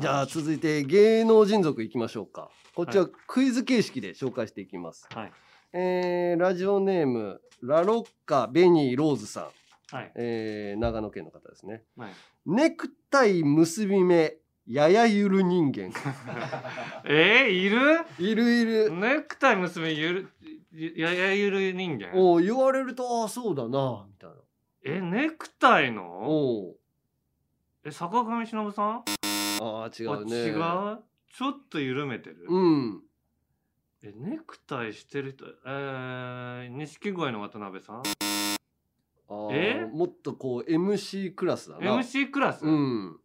S2: じゃあ続いて芸能人族いきましょうか。こちら
S1: はい
S2: クイズ形式で紹介していきます。
S1: はい
S2: えーラジオネームラロッカベニーローズさん、
S1: はい
S2: えー長野県の方ですね。
S1: はい
S2: ネクタイ結び目ややゆる人 間。
S1: えー、いる
S2: いるいる
S1: ネクタイ結びゆるゆややゆる人間
S2: おう言われるとああそうだなみたいな。
S1: えネクタイの
S2: お
S1: え坂上忍さん
S2: ああ違うね。
S1: 違うちょっと緩めてる
S2: うん。
S1: えネクタイしてる人えー、錦鯉の渡辺さん
S2: あー
S1: え
S2: もっとこう MC クラスだな。
S1: MC クラス
S2: うん。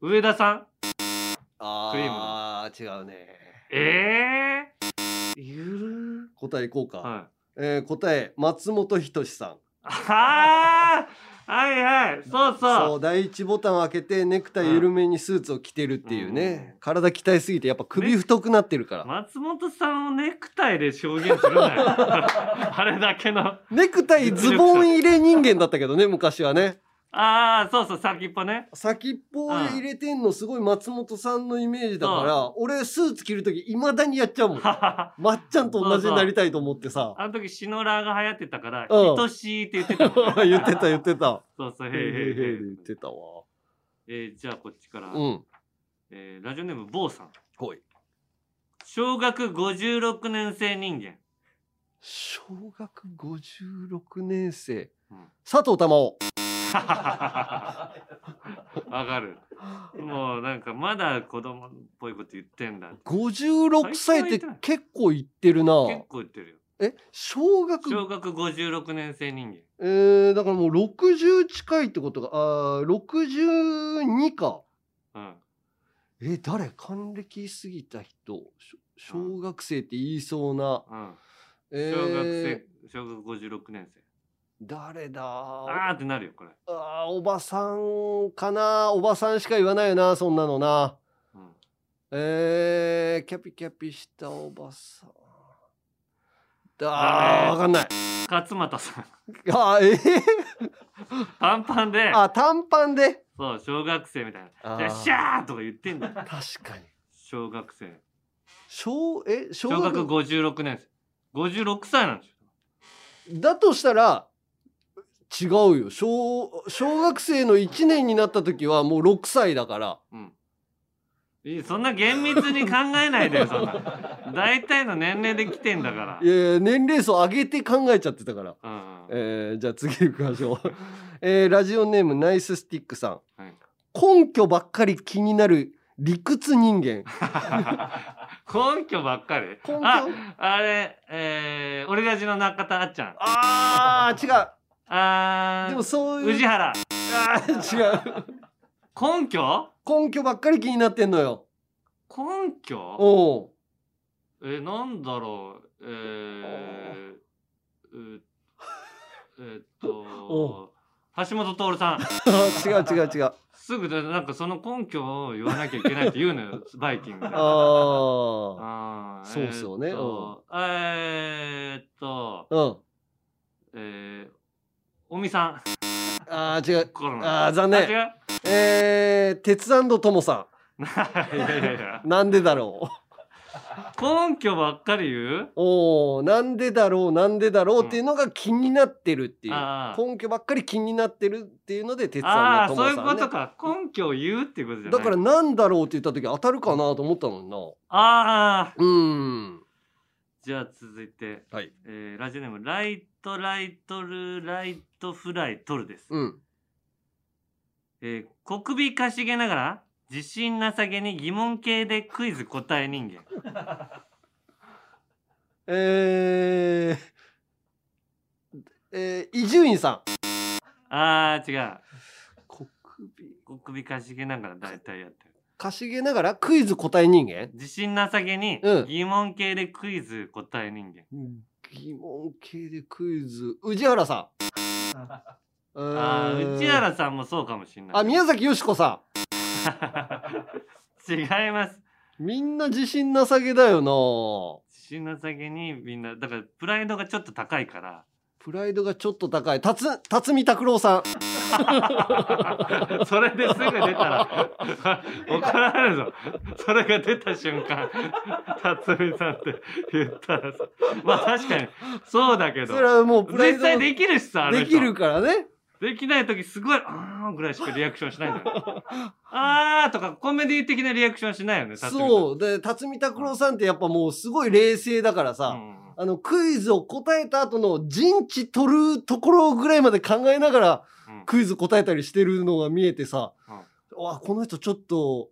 S1: 上田さんクリームの
S2: ああ違うね。
S1: ええー、ゆる
S2: 答えいこうか、えー答え松本人志さん
S1: はあ はいはいそうそう
S2: そう第一ボタンを開けてネクタイ緩めにスーツを着てるっていうね、体鍛えすぎてやっぱ首太くなってるから、
S1: 松本さんをネクタイで表現するなよ あれだけの
S2: ネクタイズボン入れ人間だったけどね昔はね
S1: ああそうそう先っぽね
S2: 先っぽを入れてんのすごい松本さんのイメージだから、俺スーツ着る時いまだにやっちゃう もんまっちゃんと同じになりたいと思ってさ
S1: あの時シノラーが流行ってたから「
S2: うん
S1: 等しい」って言ってたもん
S2: 言ってた言ってた
S1: そう そうへい
S2: へいへ
S1: へ
S2: い
S1: いへい
S2: へいで言ってたわ
S1: えーじゃあこっちから、
S2: うん
S1: えーラジオネーム坊さん
S2: ほい
S1: 小学56年生人 間
S2: 小学56年生、佐藤珠緒
S1: わかるもうなんかまだ子供っぽいこと言ってんだって
S2: 56歳って結構いってるな
S1: 結構言ってるよ
S2: え小学
S1: 小学56年生人間
S2: えー、だからもう60近いってことがあー62か
S1: うん
S2: え誰還暦すぎた人しょ小学生って言いそうな、
S1: 小学生小学56年生
S2: 誰だ
S1: あーってなるよこれ
S2: あーおばさんかなおばさんしか言わないよなそんなのな、えー、キャピキャピしたおばさんだあーわかんない
S1: 勝俣さん
S2: あーえー、
S1: 短パンで
S2: あ短パンで
S1: そう小学生みたい
S2: あー
S1: な「じゃあシャー!」とか言ってんだ よ確
S2: かに
S1: 小学生
S2: 小え小
S1: 小学56年生56歳なんですよ
S2: だとしたら違うよ小小学生の1年になった時はもう6歳だから
S1: いいそんな厳密に考えないでよそん な大体の年齢で来てんだから
S2: いやいや年齢層上げて考えちゃってたから、
S1: うん
S2: えーじゃあ次行きましょう、 えーラジオネームナイススティックさん、
S1: はい
S2: 根拠ばっかり気になる理屈人間
S1: 根拠ばっかり
S2: 拠
S1: ああれえー、俺ラジの中田あっちゃん
S2: あー違う
S1: あー
S2: でもそういう
S1: 宇治原
S2: あー 違う
S1: 根拠
S2: 根拠ばっかり気になってんのよ
S1: 根拠
S2: おう
S1: えなんだろうえー、うえーっと橋本徹さん
S2: 違う違う違う
S1: すぐでなんかその根拠を言わなきゃいけないって言うのよバイキングで
S2: ああそうっすよね、
S1: えーっとえーっと
S2: うんうん
S1: えー、おみさん
S2: あー違う
S1: コロナ
S2: あー残念
S1: あ違う
S2: えー、鉄アンドトモさ
S1: いやいやいや
S2: んなんでだろう
S1: 根拠ばっかり言う
S2: おおなんでだろうなんでだろうっていうのが気になってるっていう、
S1: ああ
S2: 根拠ばっかり気になってるっていうので哲
S1: あ
S2: さ
S1: あ
S2: ん
S1: ー
S2: の
S1: そうい
S2: 友
S1: う
S2: さん、ね、
S1: ことか根拠を言うっていうことじゃな
S2: だ
S1: い
S2: からなんだろうって言った時当たるかなと思ったのにな
S1: ああ
S2: うん
S1: じゃあ続いて、
S2: はい
S1: えーラジオネームライトライトルライトフライトルです、
S2: うん
S1: えー小首かしげながら自信なさげに疑問系でクイズ答え人間
S2: えーえー伊集院さ
S1: あー違う
S2: 小首
S1: 小首かしげながら大体やってる
S2: んかしげながらクイズ答え人間
S1: 自信なさげに
S2: うん
S1: 疑問系でクイズ答え人間、
S2: 疑問系でクイズ宇治原さん
S1: あ
S2: え
S1: ー
S2: ー
S1: 内原さんもそうかもしれない
S2: あ宮崎美子さ
S1: 違います
S2: んみんな自信なさげだよな
S1: 自信なさげにみんなだからプライドがちょっと高いから
S2: プライドがちょっと高い辰辰巳拓郎さん
S1: それですぐ出たら怒られるぞそれが出た瞬間辰巳さんって言ったらさまあ確かにそうだけど
S2: それはもうプライド
S1: 実際できるしさあの
S2: で
S1: 人
S2: きるからね
S1: できない時すごい「あー」ぐらいしかリアクションしないんだ よあーとかコメディ的なリアクションしないよね辰巳さん
S2: そうで辰巳拓郎さんってやっぱもうすごい冷静だからさ、あのクイズを答えた後の陣地取るところぐらいまで考えながらクイズ答えたりしてるのが見えてさ、わこの人ちょっと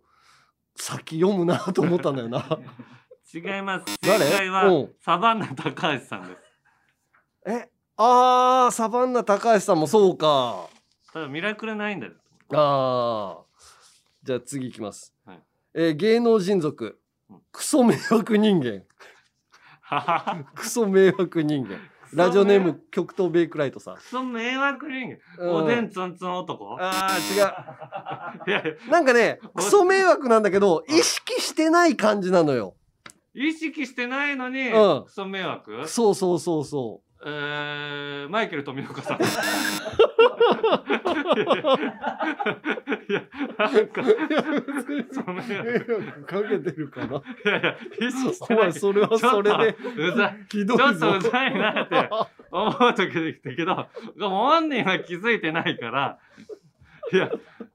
S2: 先読むなと思ったんだよな
S1: 違います正
S2: 誰
S1: 解
S2: う
S1: は
S2: ん
S1: サバンナ高橋さんです
S2: えあーサバンナ高橋さんもそうか
S1: ただミラクルないんだよ
S2: ああじゃあ次いきます、
S1: はい
S2: えー芸能人族クソ迷惑人間クソ迷惑人間ラジオネーム極東ベイクライトさん
S1: クソ迷惑人間
S2: うん
S1: おでんつんつん男
S2: あ
S1: あ違ういやい
S2: なん かねクソ迷惑なんだけど意識してない感じなのよ
S1: や意識してないのに、
S2: うん
S1: クソ迷惑
S2: そうそうそうそ
S1: えーマイケル富岡さん
S2: う迷惑かけてるか ない
S1: やいや意識してない
S2: おい それはそれで
S1: ちょっとうざい
S2: ひどい
S1: ちょ
S2: ぞ
S1: っとうざいな って思う時できたけどでも本人は気づいてないからいや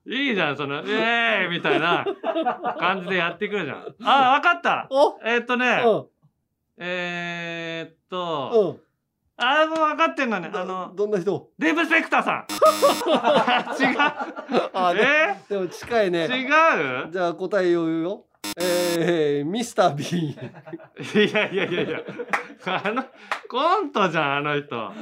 S1: いいじゃんその「イエーイ!」みたいな感じでやってくるじゃんあわかったえーっとね、えー、っと、ああもう分かってんのねあの
S2: どんな人
S1: デーブ・スペクターさん 違
S2: あ
S1: う
S2: で
S1: え
S2: でも近いね
S1: 違う
S2: じゃあ答えを言うよえー、ミスター・ビーン
S1: ー、いやいやいやいやあのコントじゃんあの人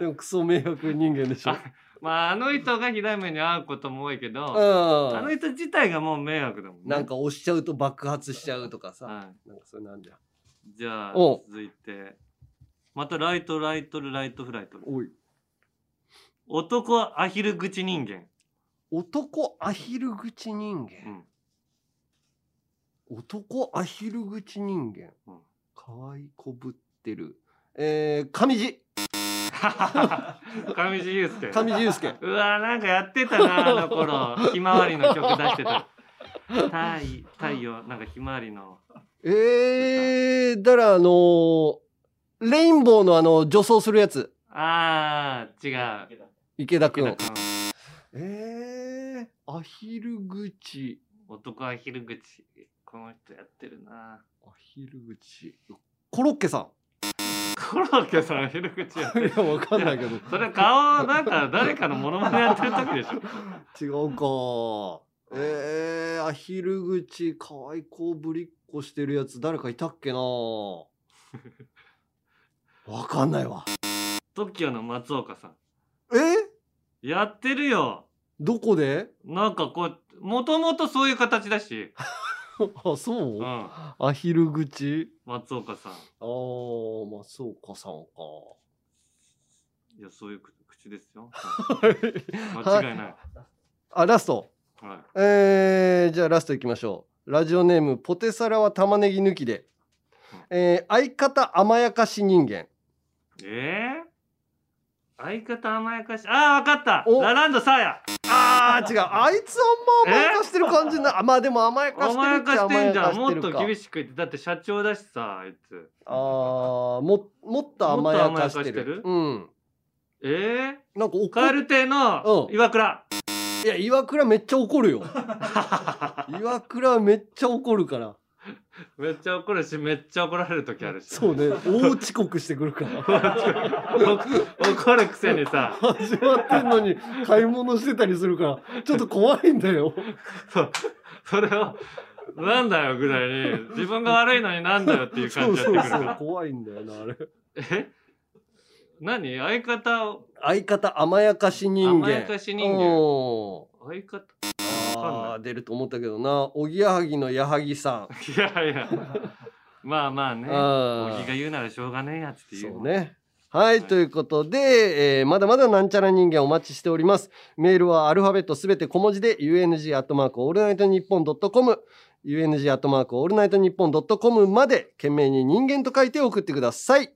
S2: でもクソ迷惑人間でしょ
S1: まああの人がひどい目に遭うことも多いけど、
S2: ん
S1: あの人自体がもう迷惑だもんね
S2: なんか押しちゃうと爆発しちゃうとかさ、
S1: はい
S2: なんかそれなんじゃん
S1: じゃあ
S2: お
S1: 続いてまたライトライトルライトフライトル男アヒル口人間
S2: 男アヒル口人 間、男アヒル口人間、かわいこぶってるえー、上 地
S1: 上地雄介
S2: 上地雄 介
S1: うわーなんかやってたなあの頃ひまわりの曲出してた太太陽なんかひまわりの
S2: えー、だからあのーレインボーのあの女装するやつ
S1: あー違う
S2: 池田君
S1: えー、アヒル口男アヒル口この人やってるなアヒル口
S2: コロッケさん
S1: コロッケさんアヒル口やってる
S2: いやわかんないけど
S1: やそれ顔なんか誰かのモノマネやってる時でしょ
S2: 違うかえー、アヒル口かわいこぶりっこしてるやつ誰かいたっ けなわかんないわ
S1: TOKIO の松岡さん
S2: え
S1: やってるよ
S2: どこで
S1: なんかこうもともとそういう形だし
S2: あそう、
S1: ん
S2: アヒル口
S1: 松岡さん
S2: あーまあそうかさんか
S1: いやそういう口ですよはい間違いない
S2: あラスト、
S1: はい
S2: えーじゃあラストいきましょうラジオネームポテサラは玉ねぎ抜きで、えー相方甘やかし人間
S1: えー相方甘やかしああ分かったラランドサーヤあ
S2: あ違うあいつあんま甘やかしてる感じなあまあでも甘やかして
S1: 甘
S2: る
S1: や
S2: っち
S1: か
S2: ゃ
S1: し
S2: 甘
S1: てん
S2: や
S1: じ
S2: か
S1: ゃん
S2: し
S1: も
S2: て
S1: っ
S2: る
S1: と
S2: か
S1: 厳しく言ってだって社長だしさあいつ
S2: あーももっと甘やかし
S1: もっと甘やかして
S2: てる
S1: る
S2: うん
S1: えー、
S2: なんか
S1: カエル亭の岩倉、
S2: いや岩倉めっちゃ怒 るよ岩倉めっちゃ怒るから
S1: めっちゃ怒るしめっちゃ怒られる時あるし
S2: そうね大遅刻してくるから
S1: 怒るくせにさ
S2: 始まってんのに買い物してたりするからちょっと怖いんだよ
S1: それをなんだよぐらいに自分が悪いのになんだよっていう感じやってくるか
S2: そうそうそう
S1: ら
S2: 怖いんだよなあれ
S1: え何相方を
S2: 相方甘やかし人間
S1: 甘やかし人間
S2: お
S1: 相方
S2: ーあー出ると思ったけどなおぎやはぎの矢作さん
S1: いやいやまあまあね
S2: あー
S1: 小木が言うならしょうがねえやつっていう
S2: そうね。はい、ということで、えーまだまだなんちゃら人間お待ちしております。メールはアルファベットすべて小文字で、UNG アットマークオールナイトニッポンドットコム、UNG アットマークオールナイトニッポンドットコムまで、懸命に人間と書いて送ってください。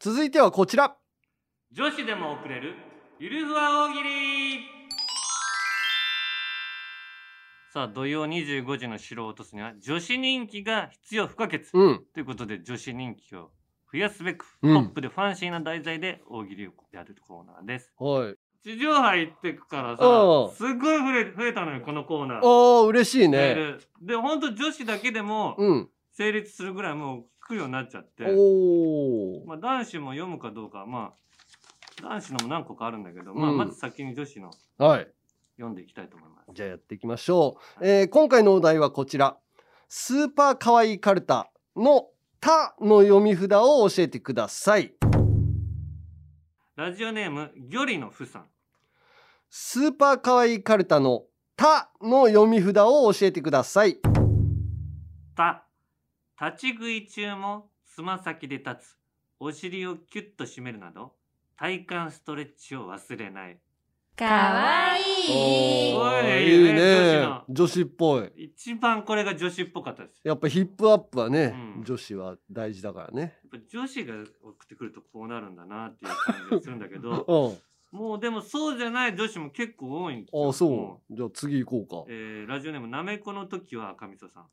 S2: 続いてはこちら。
S1: 女子でも送れるゆるふわ大喜利さあ土曜25時の城を落とすには女子人気が必要不可欠、
S2: うん
S1: ということで女子人気を増やすべく、
S2: うん
S1: ポップでファンシーな題材で大喜利をやるコーナーです
S2: はい。
S1: 地上波行ってくからさ
S2: うん
S1: すごい増え増えたのよこのコーナー
S2: あー、嬉しい
S1: メー
S2: ね。
S1: ルで本当女子だけでも
S2: うん。
S1: 成立するぐらいもう来るようになっちゃって、
S2: おー。
S1: まあ、男子も読むかどうかはまあ男子のも何個かあるんだけど、
S2: うん
S1: まあ、まず先に女子の
S2: はい。
S1: 読んでいきたいと思います。
S2: じゃあやっていきましょう。えー今回のお題はこちら。スーパーかわいいカルタのたの読み札を教えてください。
S1: ラジオネーム魚理のふさん
S2: スーパーかわいいカルタのたの読み札を教えてください。
S1: 「た」立ち食い中もつま先で立つお尻をキュッと締めるなど体幹ストレッチを忘れない
S12: かわいい
S1: おー
S2: あー
S1: いいね女子の
S2: 女子っぽい。
S1: 一番これが女子っぽかったです
S2: やっぱヒップアップはね、女子は大事だからね。
S1: やっぱ女子が送ってくるとこうなるんだなっていう感じがするんだけ どもうでもそうじゃない女子も結構多いんです
S2: あ
S1: よ
S2: あ、そう。じゃあ次行こうか。
S1: えーラジオネームなめこの時は赤みそさん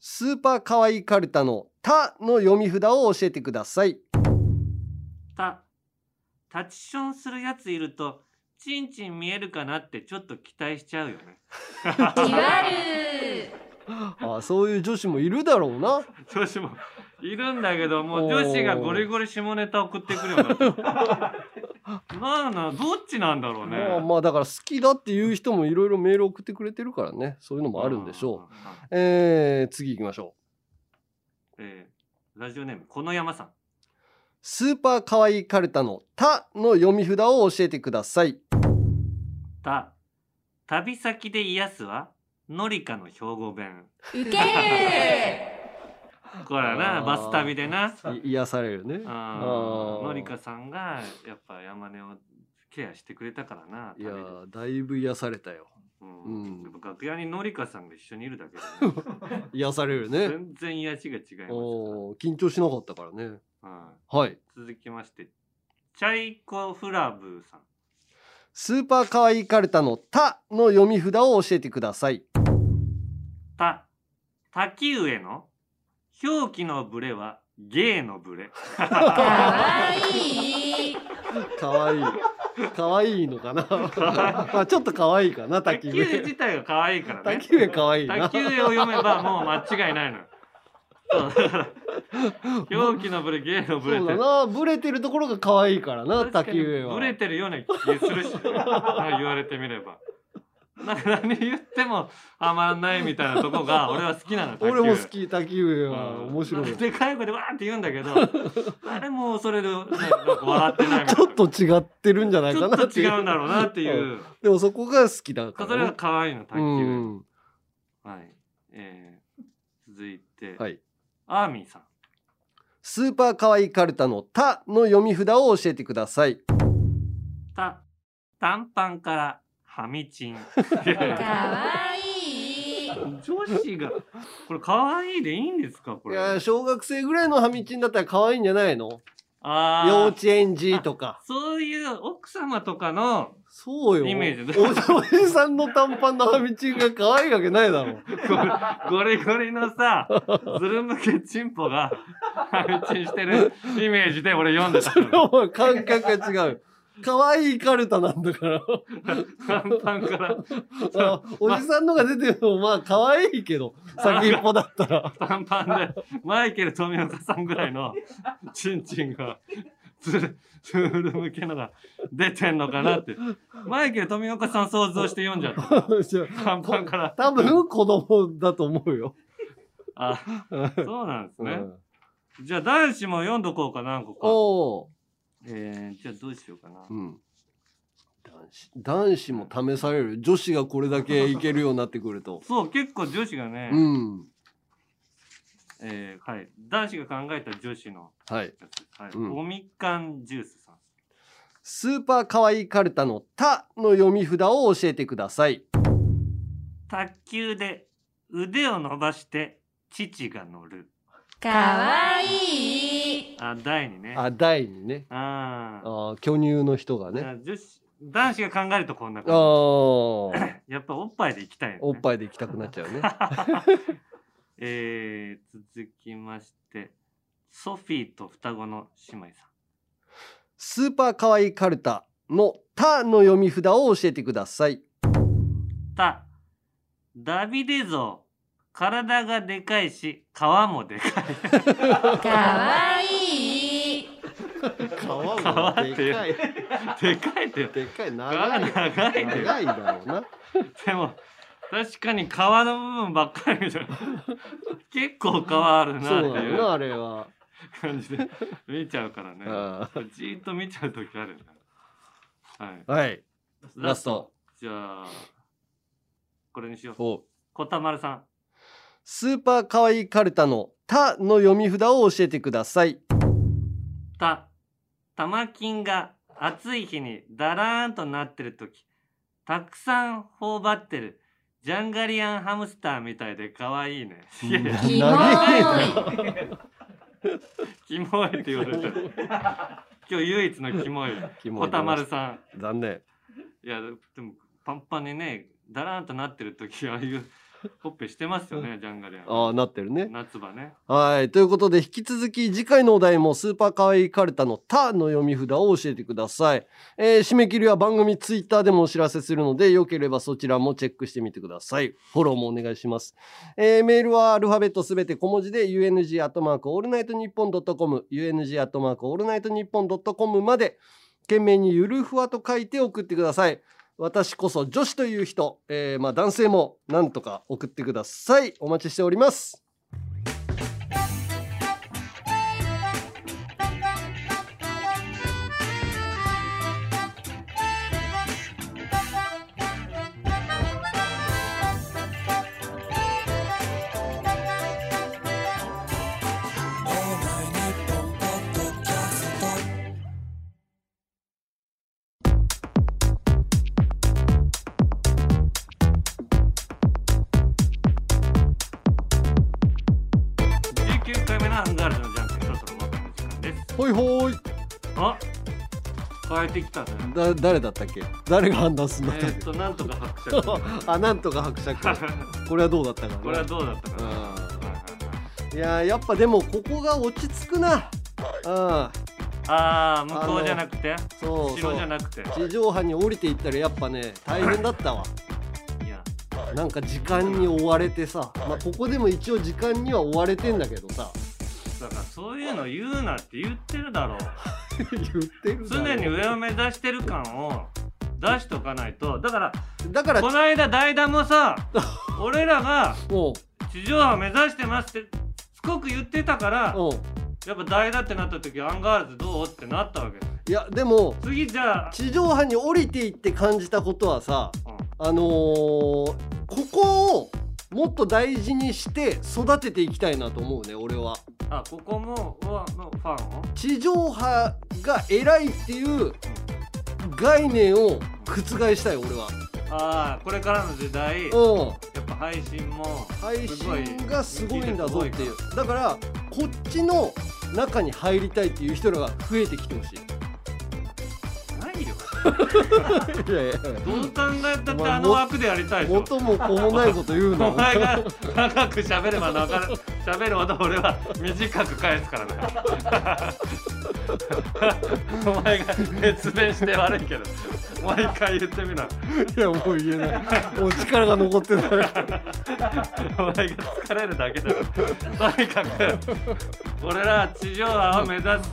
S2: スーパーかわいいカルタのたの読み札を教えてください。
S1: た立ちションするやついるとチンチン見えるかなってちょっと期待しちゃうよね
S12: じわる
S2: ああ、そういう女子もいるだろうな。
S1: 女子もいるんだけどもう女子がゴリゴリ下ネタ送ってくるようになった まあなどっちなんだろうね、
S2: まあまあだから好きだっていう人もいろいろメール送ってくれてるからねそういうのもあるんでしょう、えー、次行きましょ
S1: う、えー、ラジオネームこの山さん
S2: スーパーかわいいカルタの「た」の読み札を教えてください
S1: 「た」旅先で癒すはのりかの兵庫弁
S12: ウケー
S1: これな
S2: あー
S1: バス旅でない
S2: 癒されるね
S1: あ
S2: あ
S1: ー
S2: ー
S1: のりかさんがやっぱ山根をケアしてくれたからない
S2: やーだいぶ癒されたよ、うん
S1: やっぱ楽屋にのりかさんが一緒にいるだけで ね、
S2: 癒されるね
S1: 全然癒しが違いますから
S2: おー緊張しなかったからね
S1: は
S2: はい
S1: 続きましてチャイコフラブさん
S2: スーパーかわいいカルタの「た」の読み札を教えてください
S1: た滝上の表記のブレは芸のブレ
S12: わいい
S2: かわいいかわいいのかなまあちょっとかわいいかな滝
S1: 卓球
S2: 上
S1: 自体が可愛いからね
S2: 滝上かわいいな
S1: 卓球を読めばもう間違いないのよそうだ から表記のブレ芸のブレ
S2: そ
S1: っ
S2: う
S1: て
S2: だなブレてるところが可愛いからな
S1: 確かに
S2: 滝上は
S1: ブレてるような気がするしね、 まあ言われてみればな何言ってもはまんないみたいなとこ が俺は好きなの卓球
S2: 俺も好き滝上は面白い
S1: でかい声でわーって言うんだけ どあれもうそれでなんか笑って ないみたいな
S2: ちょっと違ってるんじゃないかなってい
S1: ちょっと違うんだろうなっていう
S2: んでもそこが好きだから、ね、
S1: それは可愛いの卓球
S2: うん
S1: はいえー、続いて、
S2: はい
S1: アーミーさん
S2: スーパー可愛いカルタの「た」の読み札を教えてください
S1: た短パンからハミ チン
S12: かわいい
S1: 女子がこれ可愛いでいいんですかこ
S2: い
S1: れ
S2: やー小学生ぐらいのハミチンだったら可愛いんじゃないの
S1: あー
S2: 幼稚園児とか
S1: そういう奥様とかの
S2: そうよ
S1: イメージで
S2: おおじさんの短パンのハミチンが可愛いわけないだろ
S1: ゴリゴリの さずるむけチンポがハミチンしてるイメージで俺読んでた
S2: それはもう感覚が違う可愛いカルタなんだから
S1: 短パンから
S2: あおじさんのが出てるのもまあ可愛いけど先っぽだっ たら
S1: 短パンでマイケル富岡さんぐらいのチンチンがずるずる向けのが出てんのかなってマイケル富岡さん想像して読んじゃった短パンから
S2: 多分子供だと思うよ
S1: あそうなんですね、じゃあ男子も読んどこうか何個か
S2: おー
S1: えー、じゃあどうしようかな、
S2: うん男子も試される女子がこれだけいけるようになってくると
S1: そう結構女子がね、
S2: うん
S1: えーはい、男子が考えた女子の、
S2: はい
S1: はい
S2: うん
S1: おみかんジュースさん
S2: スーパー可愛いカルタの「た」の読み札を教えてください
S1: 卓球で腕を伸ばして父が乗る
S12: かわいい
S1: あ第二ね
S2: あ第にね
S1: あー
S2: あー巨乳の人が
S1: じゃ
S2: ね
S1: あ女子男子が考えるとこんな
S2: あ
S1: 感
S2: ー
S1: じやっぱおっぱいでいきたいよね
S2: おっぱいで行きたくなっちゃ うね
S1: えー、続きましてソフィーと双子の姉妹さん
S2: スーパー可愛いカルタの「た」の読み札を教えてください
S1: たダビデ像体がでかいし皮もでかい
S12: かわいい
S1: 皮っていうでかいって
S2: でかい
S1: 長い長いって
S2: 長いだろうな
S1: でも確かに皮の部分ばっかり見てる結構皮あるなって
S2: そうだ
S1: い
S2: よなあ
S1: う
S2: れは
S1: 感じで見ちゃうからね
S2: あ
S1: じーっと見ちゃう時あるんだはい
S2: はいラスト
S1: じゃあこれにしよ
S2: お
S1: うこたまるさん
S2: スーパー可愛いカルタの「た」の読み札を教えてください
S1: た玉金が暑い日にだらーんとなってる時たくさん頬張ってるジャンガリアンハムスターみたいで可愛いね。いやいや
S2: キモい
S1: 長いねキモいって言われ てる。今日唯一のキモい。
S2: キモい
S1: こたまるさん。
S2: 残念
S1: いやでもパンパンにねだらーんとなってる時ああいうほっぺしてますよね、ジャンガリアン。
S2: ああなってるね
S1: 夏場ね。
S2: はいということで引き続き次回のお題もスーパーかわいいカルタの「た」の読み札を教えてください、えー締め切りは番組ツイッターでもお知らせするのでよければそちらもチェックしてみてくださいフォローもお願いします、えーメールはアルファベットすべて小文字で UNG アットマークオールナイトニッポンドットコム UNG アットマークオールナイトニッポンドットコムまで懸命にゆるふわと書いて送ってください私こそ女子という人、えーまあ男性もなんとか送ってくださいお待ちしております
S1: 19回目のアンガールズのジャンケンそろそろ終わったの時間です。
S2: ほいほい
S1: あ変えてきたね。
S2: だ誰だったっけ誰が判断す
S1: え
S2: るんだったっ
S1: ーっと、なんとか伯爵。
S2: けあなんとか伯爵これはどうだったかな
S1: これはどうだったかな。
S2: いやーやっぱでもここが落ち着くなあ
S1: ああ、向こうじゃなくて
S2: そう
S1: 後ろじゃなくて。
S2: 地上波に降りていったらやっぱね大変だったわ
S1: いや
S2: なんか時間に追われてさ、まあ、ここでも一応時間には追われてんだけどさ
S1: だからそういうの言うなって言ってるだろう
S2: 言ってる
S1: 常に上を目指してる感を出しとかないとだから
S2: だから
S1: この間代打も さ俺らが
S2: も
S1: 地上波を目指してますってすごく言ってたから
S2: うん
S1: やっぱ代打ってなった時アンガールズどうってなったわけ
S2: いやでも
S1: 次じゃあ
S2: 地上波に降りていって感じたことはさ、あのーここをもっと大事にして育てていきたいなと思うね俺は
S1: あここもはのファンを
S2: 地上波が偉いっていう概念を覆したい俺は
S1: ああこれからの時代やっ
S2: うん
S1: ぱ配信も
S2: 配
S1: すごい
S2: 信がすごいんだぞっていう
S1: 見て
S2: だからこっちの中に入りたいっていう人らが増えてきてほしい
S1: ないよ
S2: いやいや
S1: どう考えたってあの枠でやりたいでしょ
S2: 元も子もないこと言う な
S1: お前が長く喋れば長く喋るほど俺は短く返すからなお前が熱弁して悪いけどもう一回言ってみない
S2: やもう言え ないもう力が残ってない
S1: お前が疲れるだけだよとにかく俺らは地上波を目指す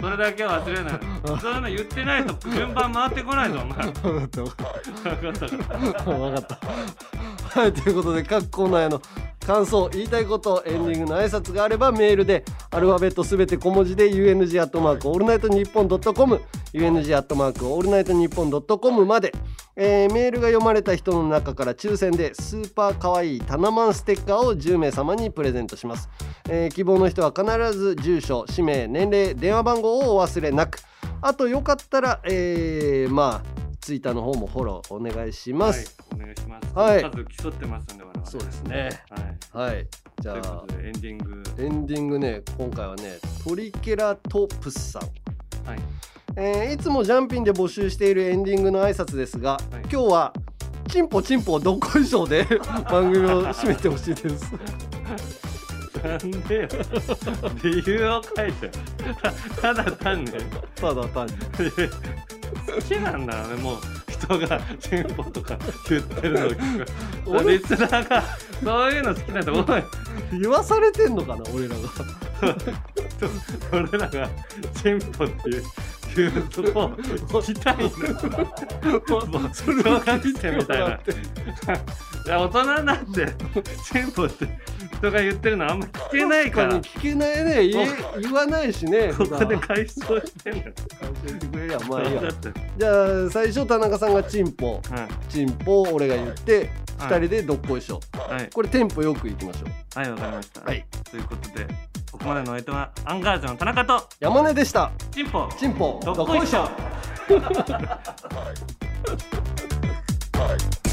S1: それだけは忘れないそういうの言ってないと順番回ってこないぞお前
S2: 分かった分かった
S1: 分かったから
S2: 分かったはいということで各コーナーへの感想言いたいことエンディングの挨拶があればメールでアルファベットすべて小文字で UNG アットマークオールナイトニッポンドットコム UNG アットマークオールナイトニッポンドットコムまで、えーメールが読まれた人の中から抽選でスーパーかわいいタナマンステッカーを10名様にプレゼントします、えー希望の人は必ず住所氏名年齢電話番号をお忘れなくあとよかったら、えーまあツイッターの方もフォローお願いします、
S1: お願いします、
S2: はい
S1: 数競ってますんで我々そうです
S2: ね
S1: はい、
S2: はい、じゃ
S1: という
S2: あ
S1: ことでエンディング
S2: エンディングね今回はねトリケラトプスさん、
S1: はい
S2: えーいつもジャンピンで募集しているエンディングの挨拶ですが、今日はチンポチンポどっこいしょ うで番組を締めてほしいです
S1: なんでよ理由を書いてただ単に
S2: ただ単に
S1: 好きなんだろうねもう人がチンポとか言ってるのを聞く
S2: 俺
S1: リスナーがそういうの好きなんだもう
S2: 言わされてんのかな俺らが
S1: 俺らがチンポっていう言うとこ聞きたいんだ小学生みたいないや大人になってチンポって人が言ってるのあんま聞けないから
S2: 確に聞けないね言え言わないしね
S1: ここで解消してんの
S2: まあいいや
S1: だって
S2: じゃあ最初田中さんがチンポ、チンポ俺が言って
S1: は
S2: 二
S1: い
S2: 人でどっこいしょ、
S1: はい
S2: これテンポよくいきましょう
S1: はいわかりました、はい、ということでここまでのお相手はアンガールズの田中と
S2: 山根でした
S1: チンポ
S2: チンポ
S1: どっこいしょ
S6: Bye.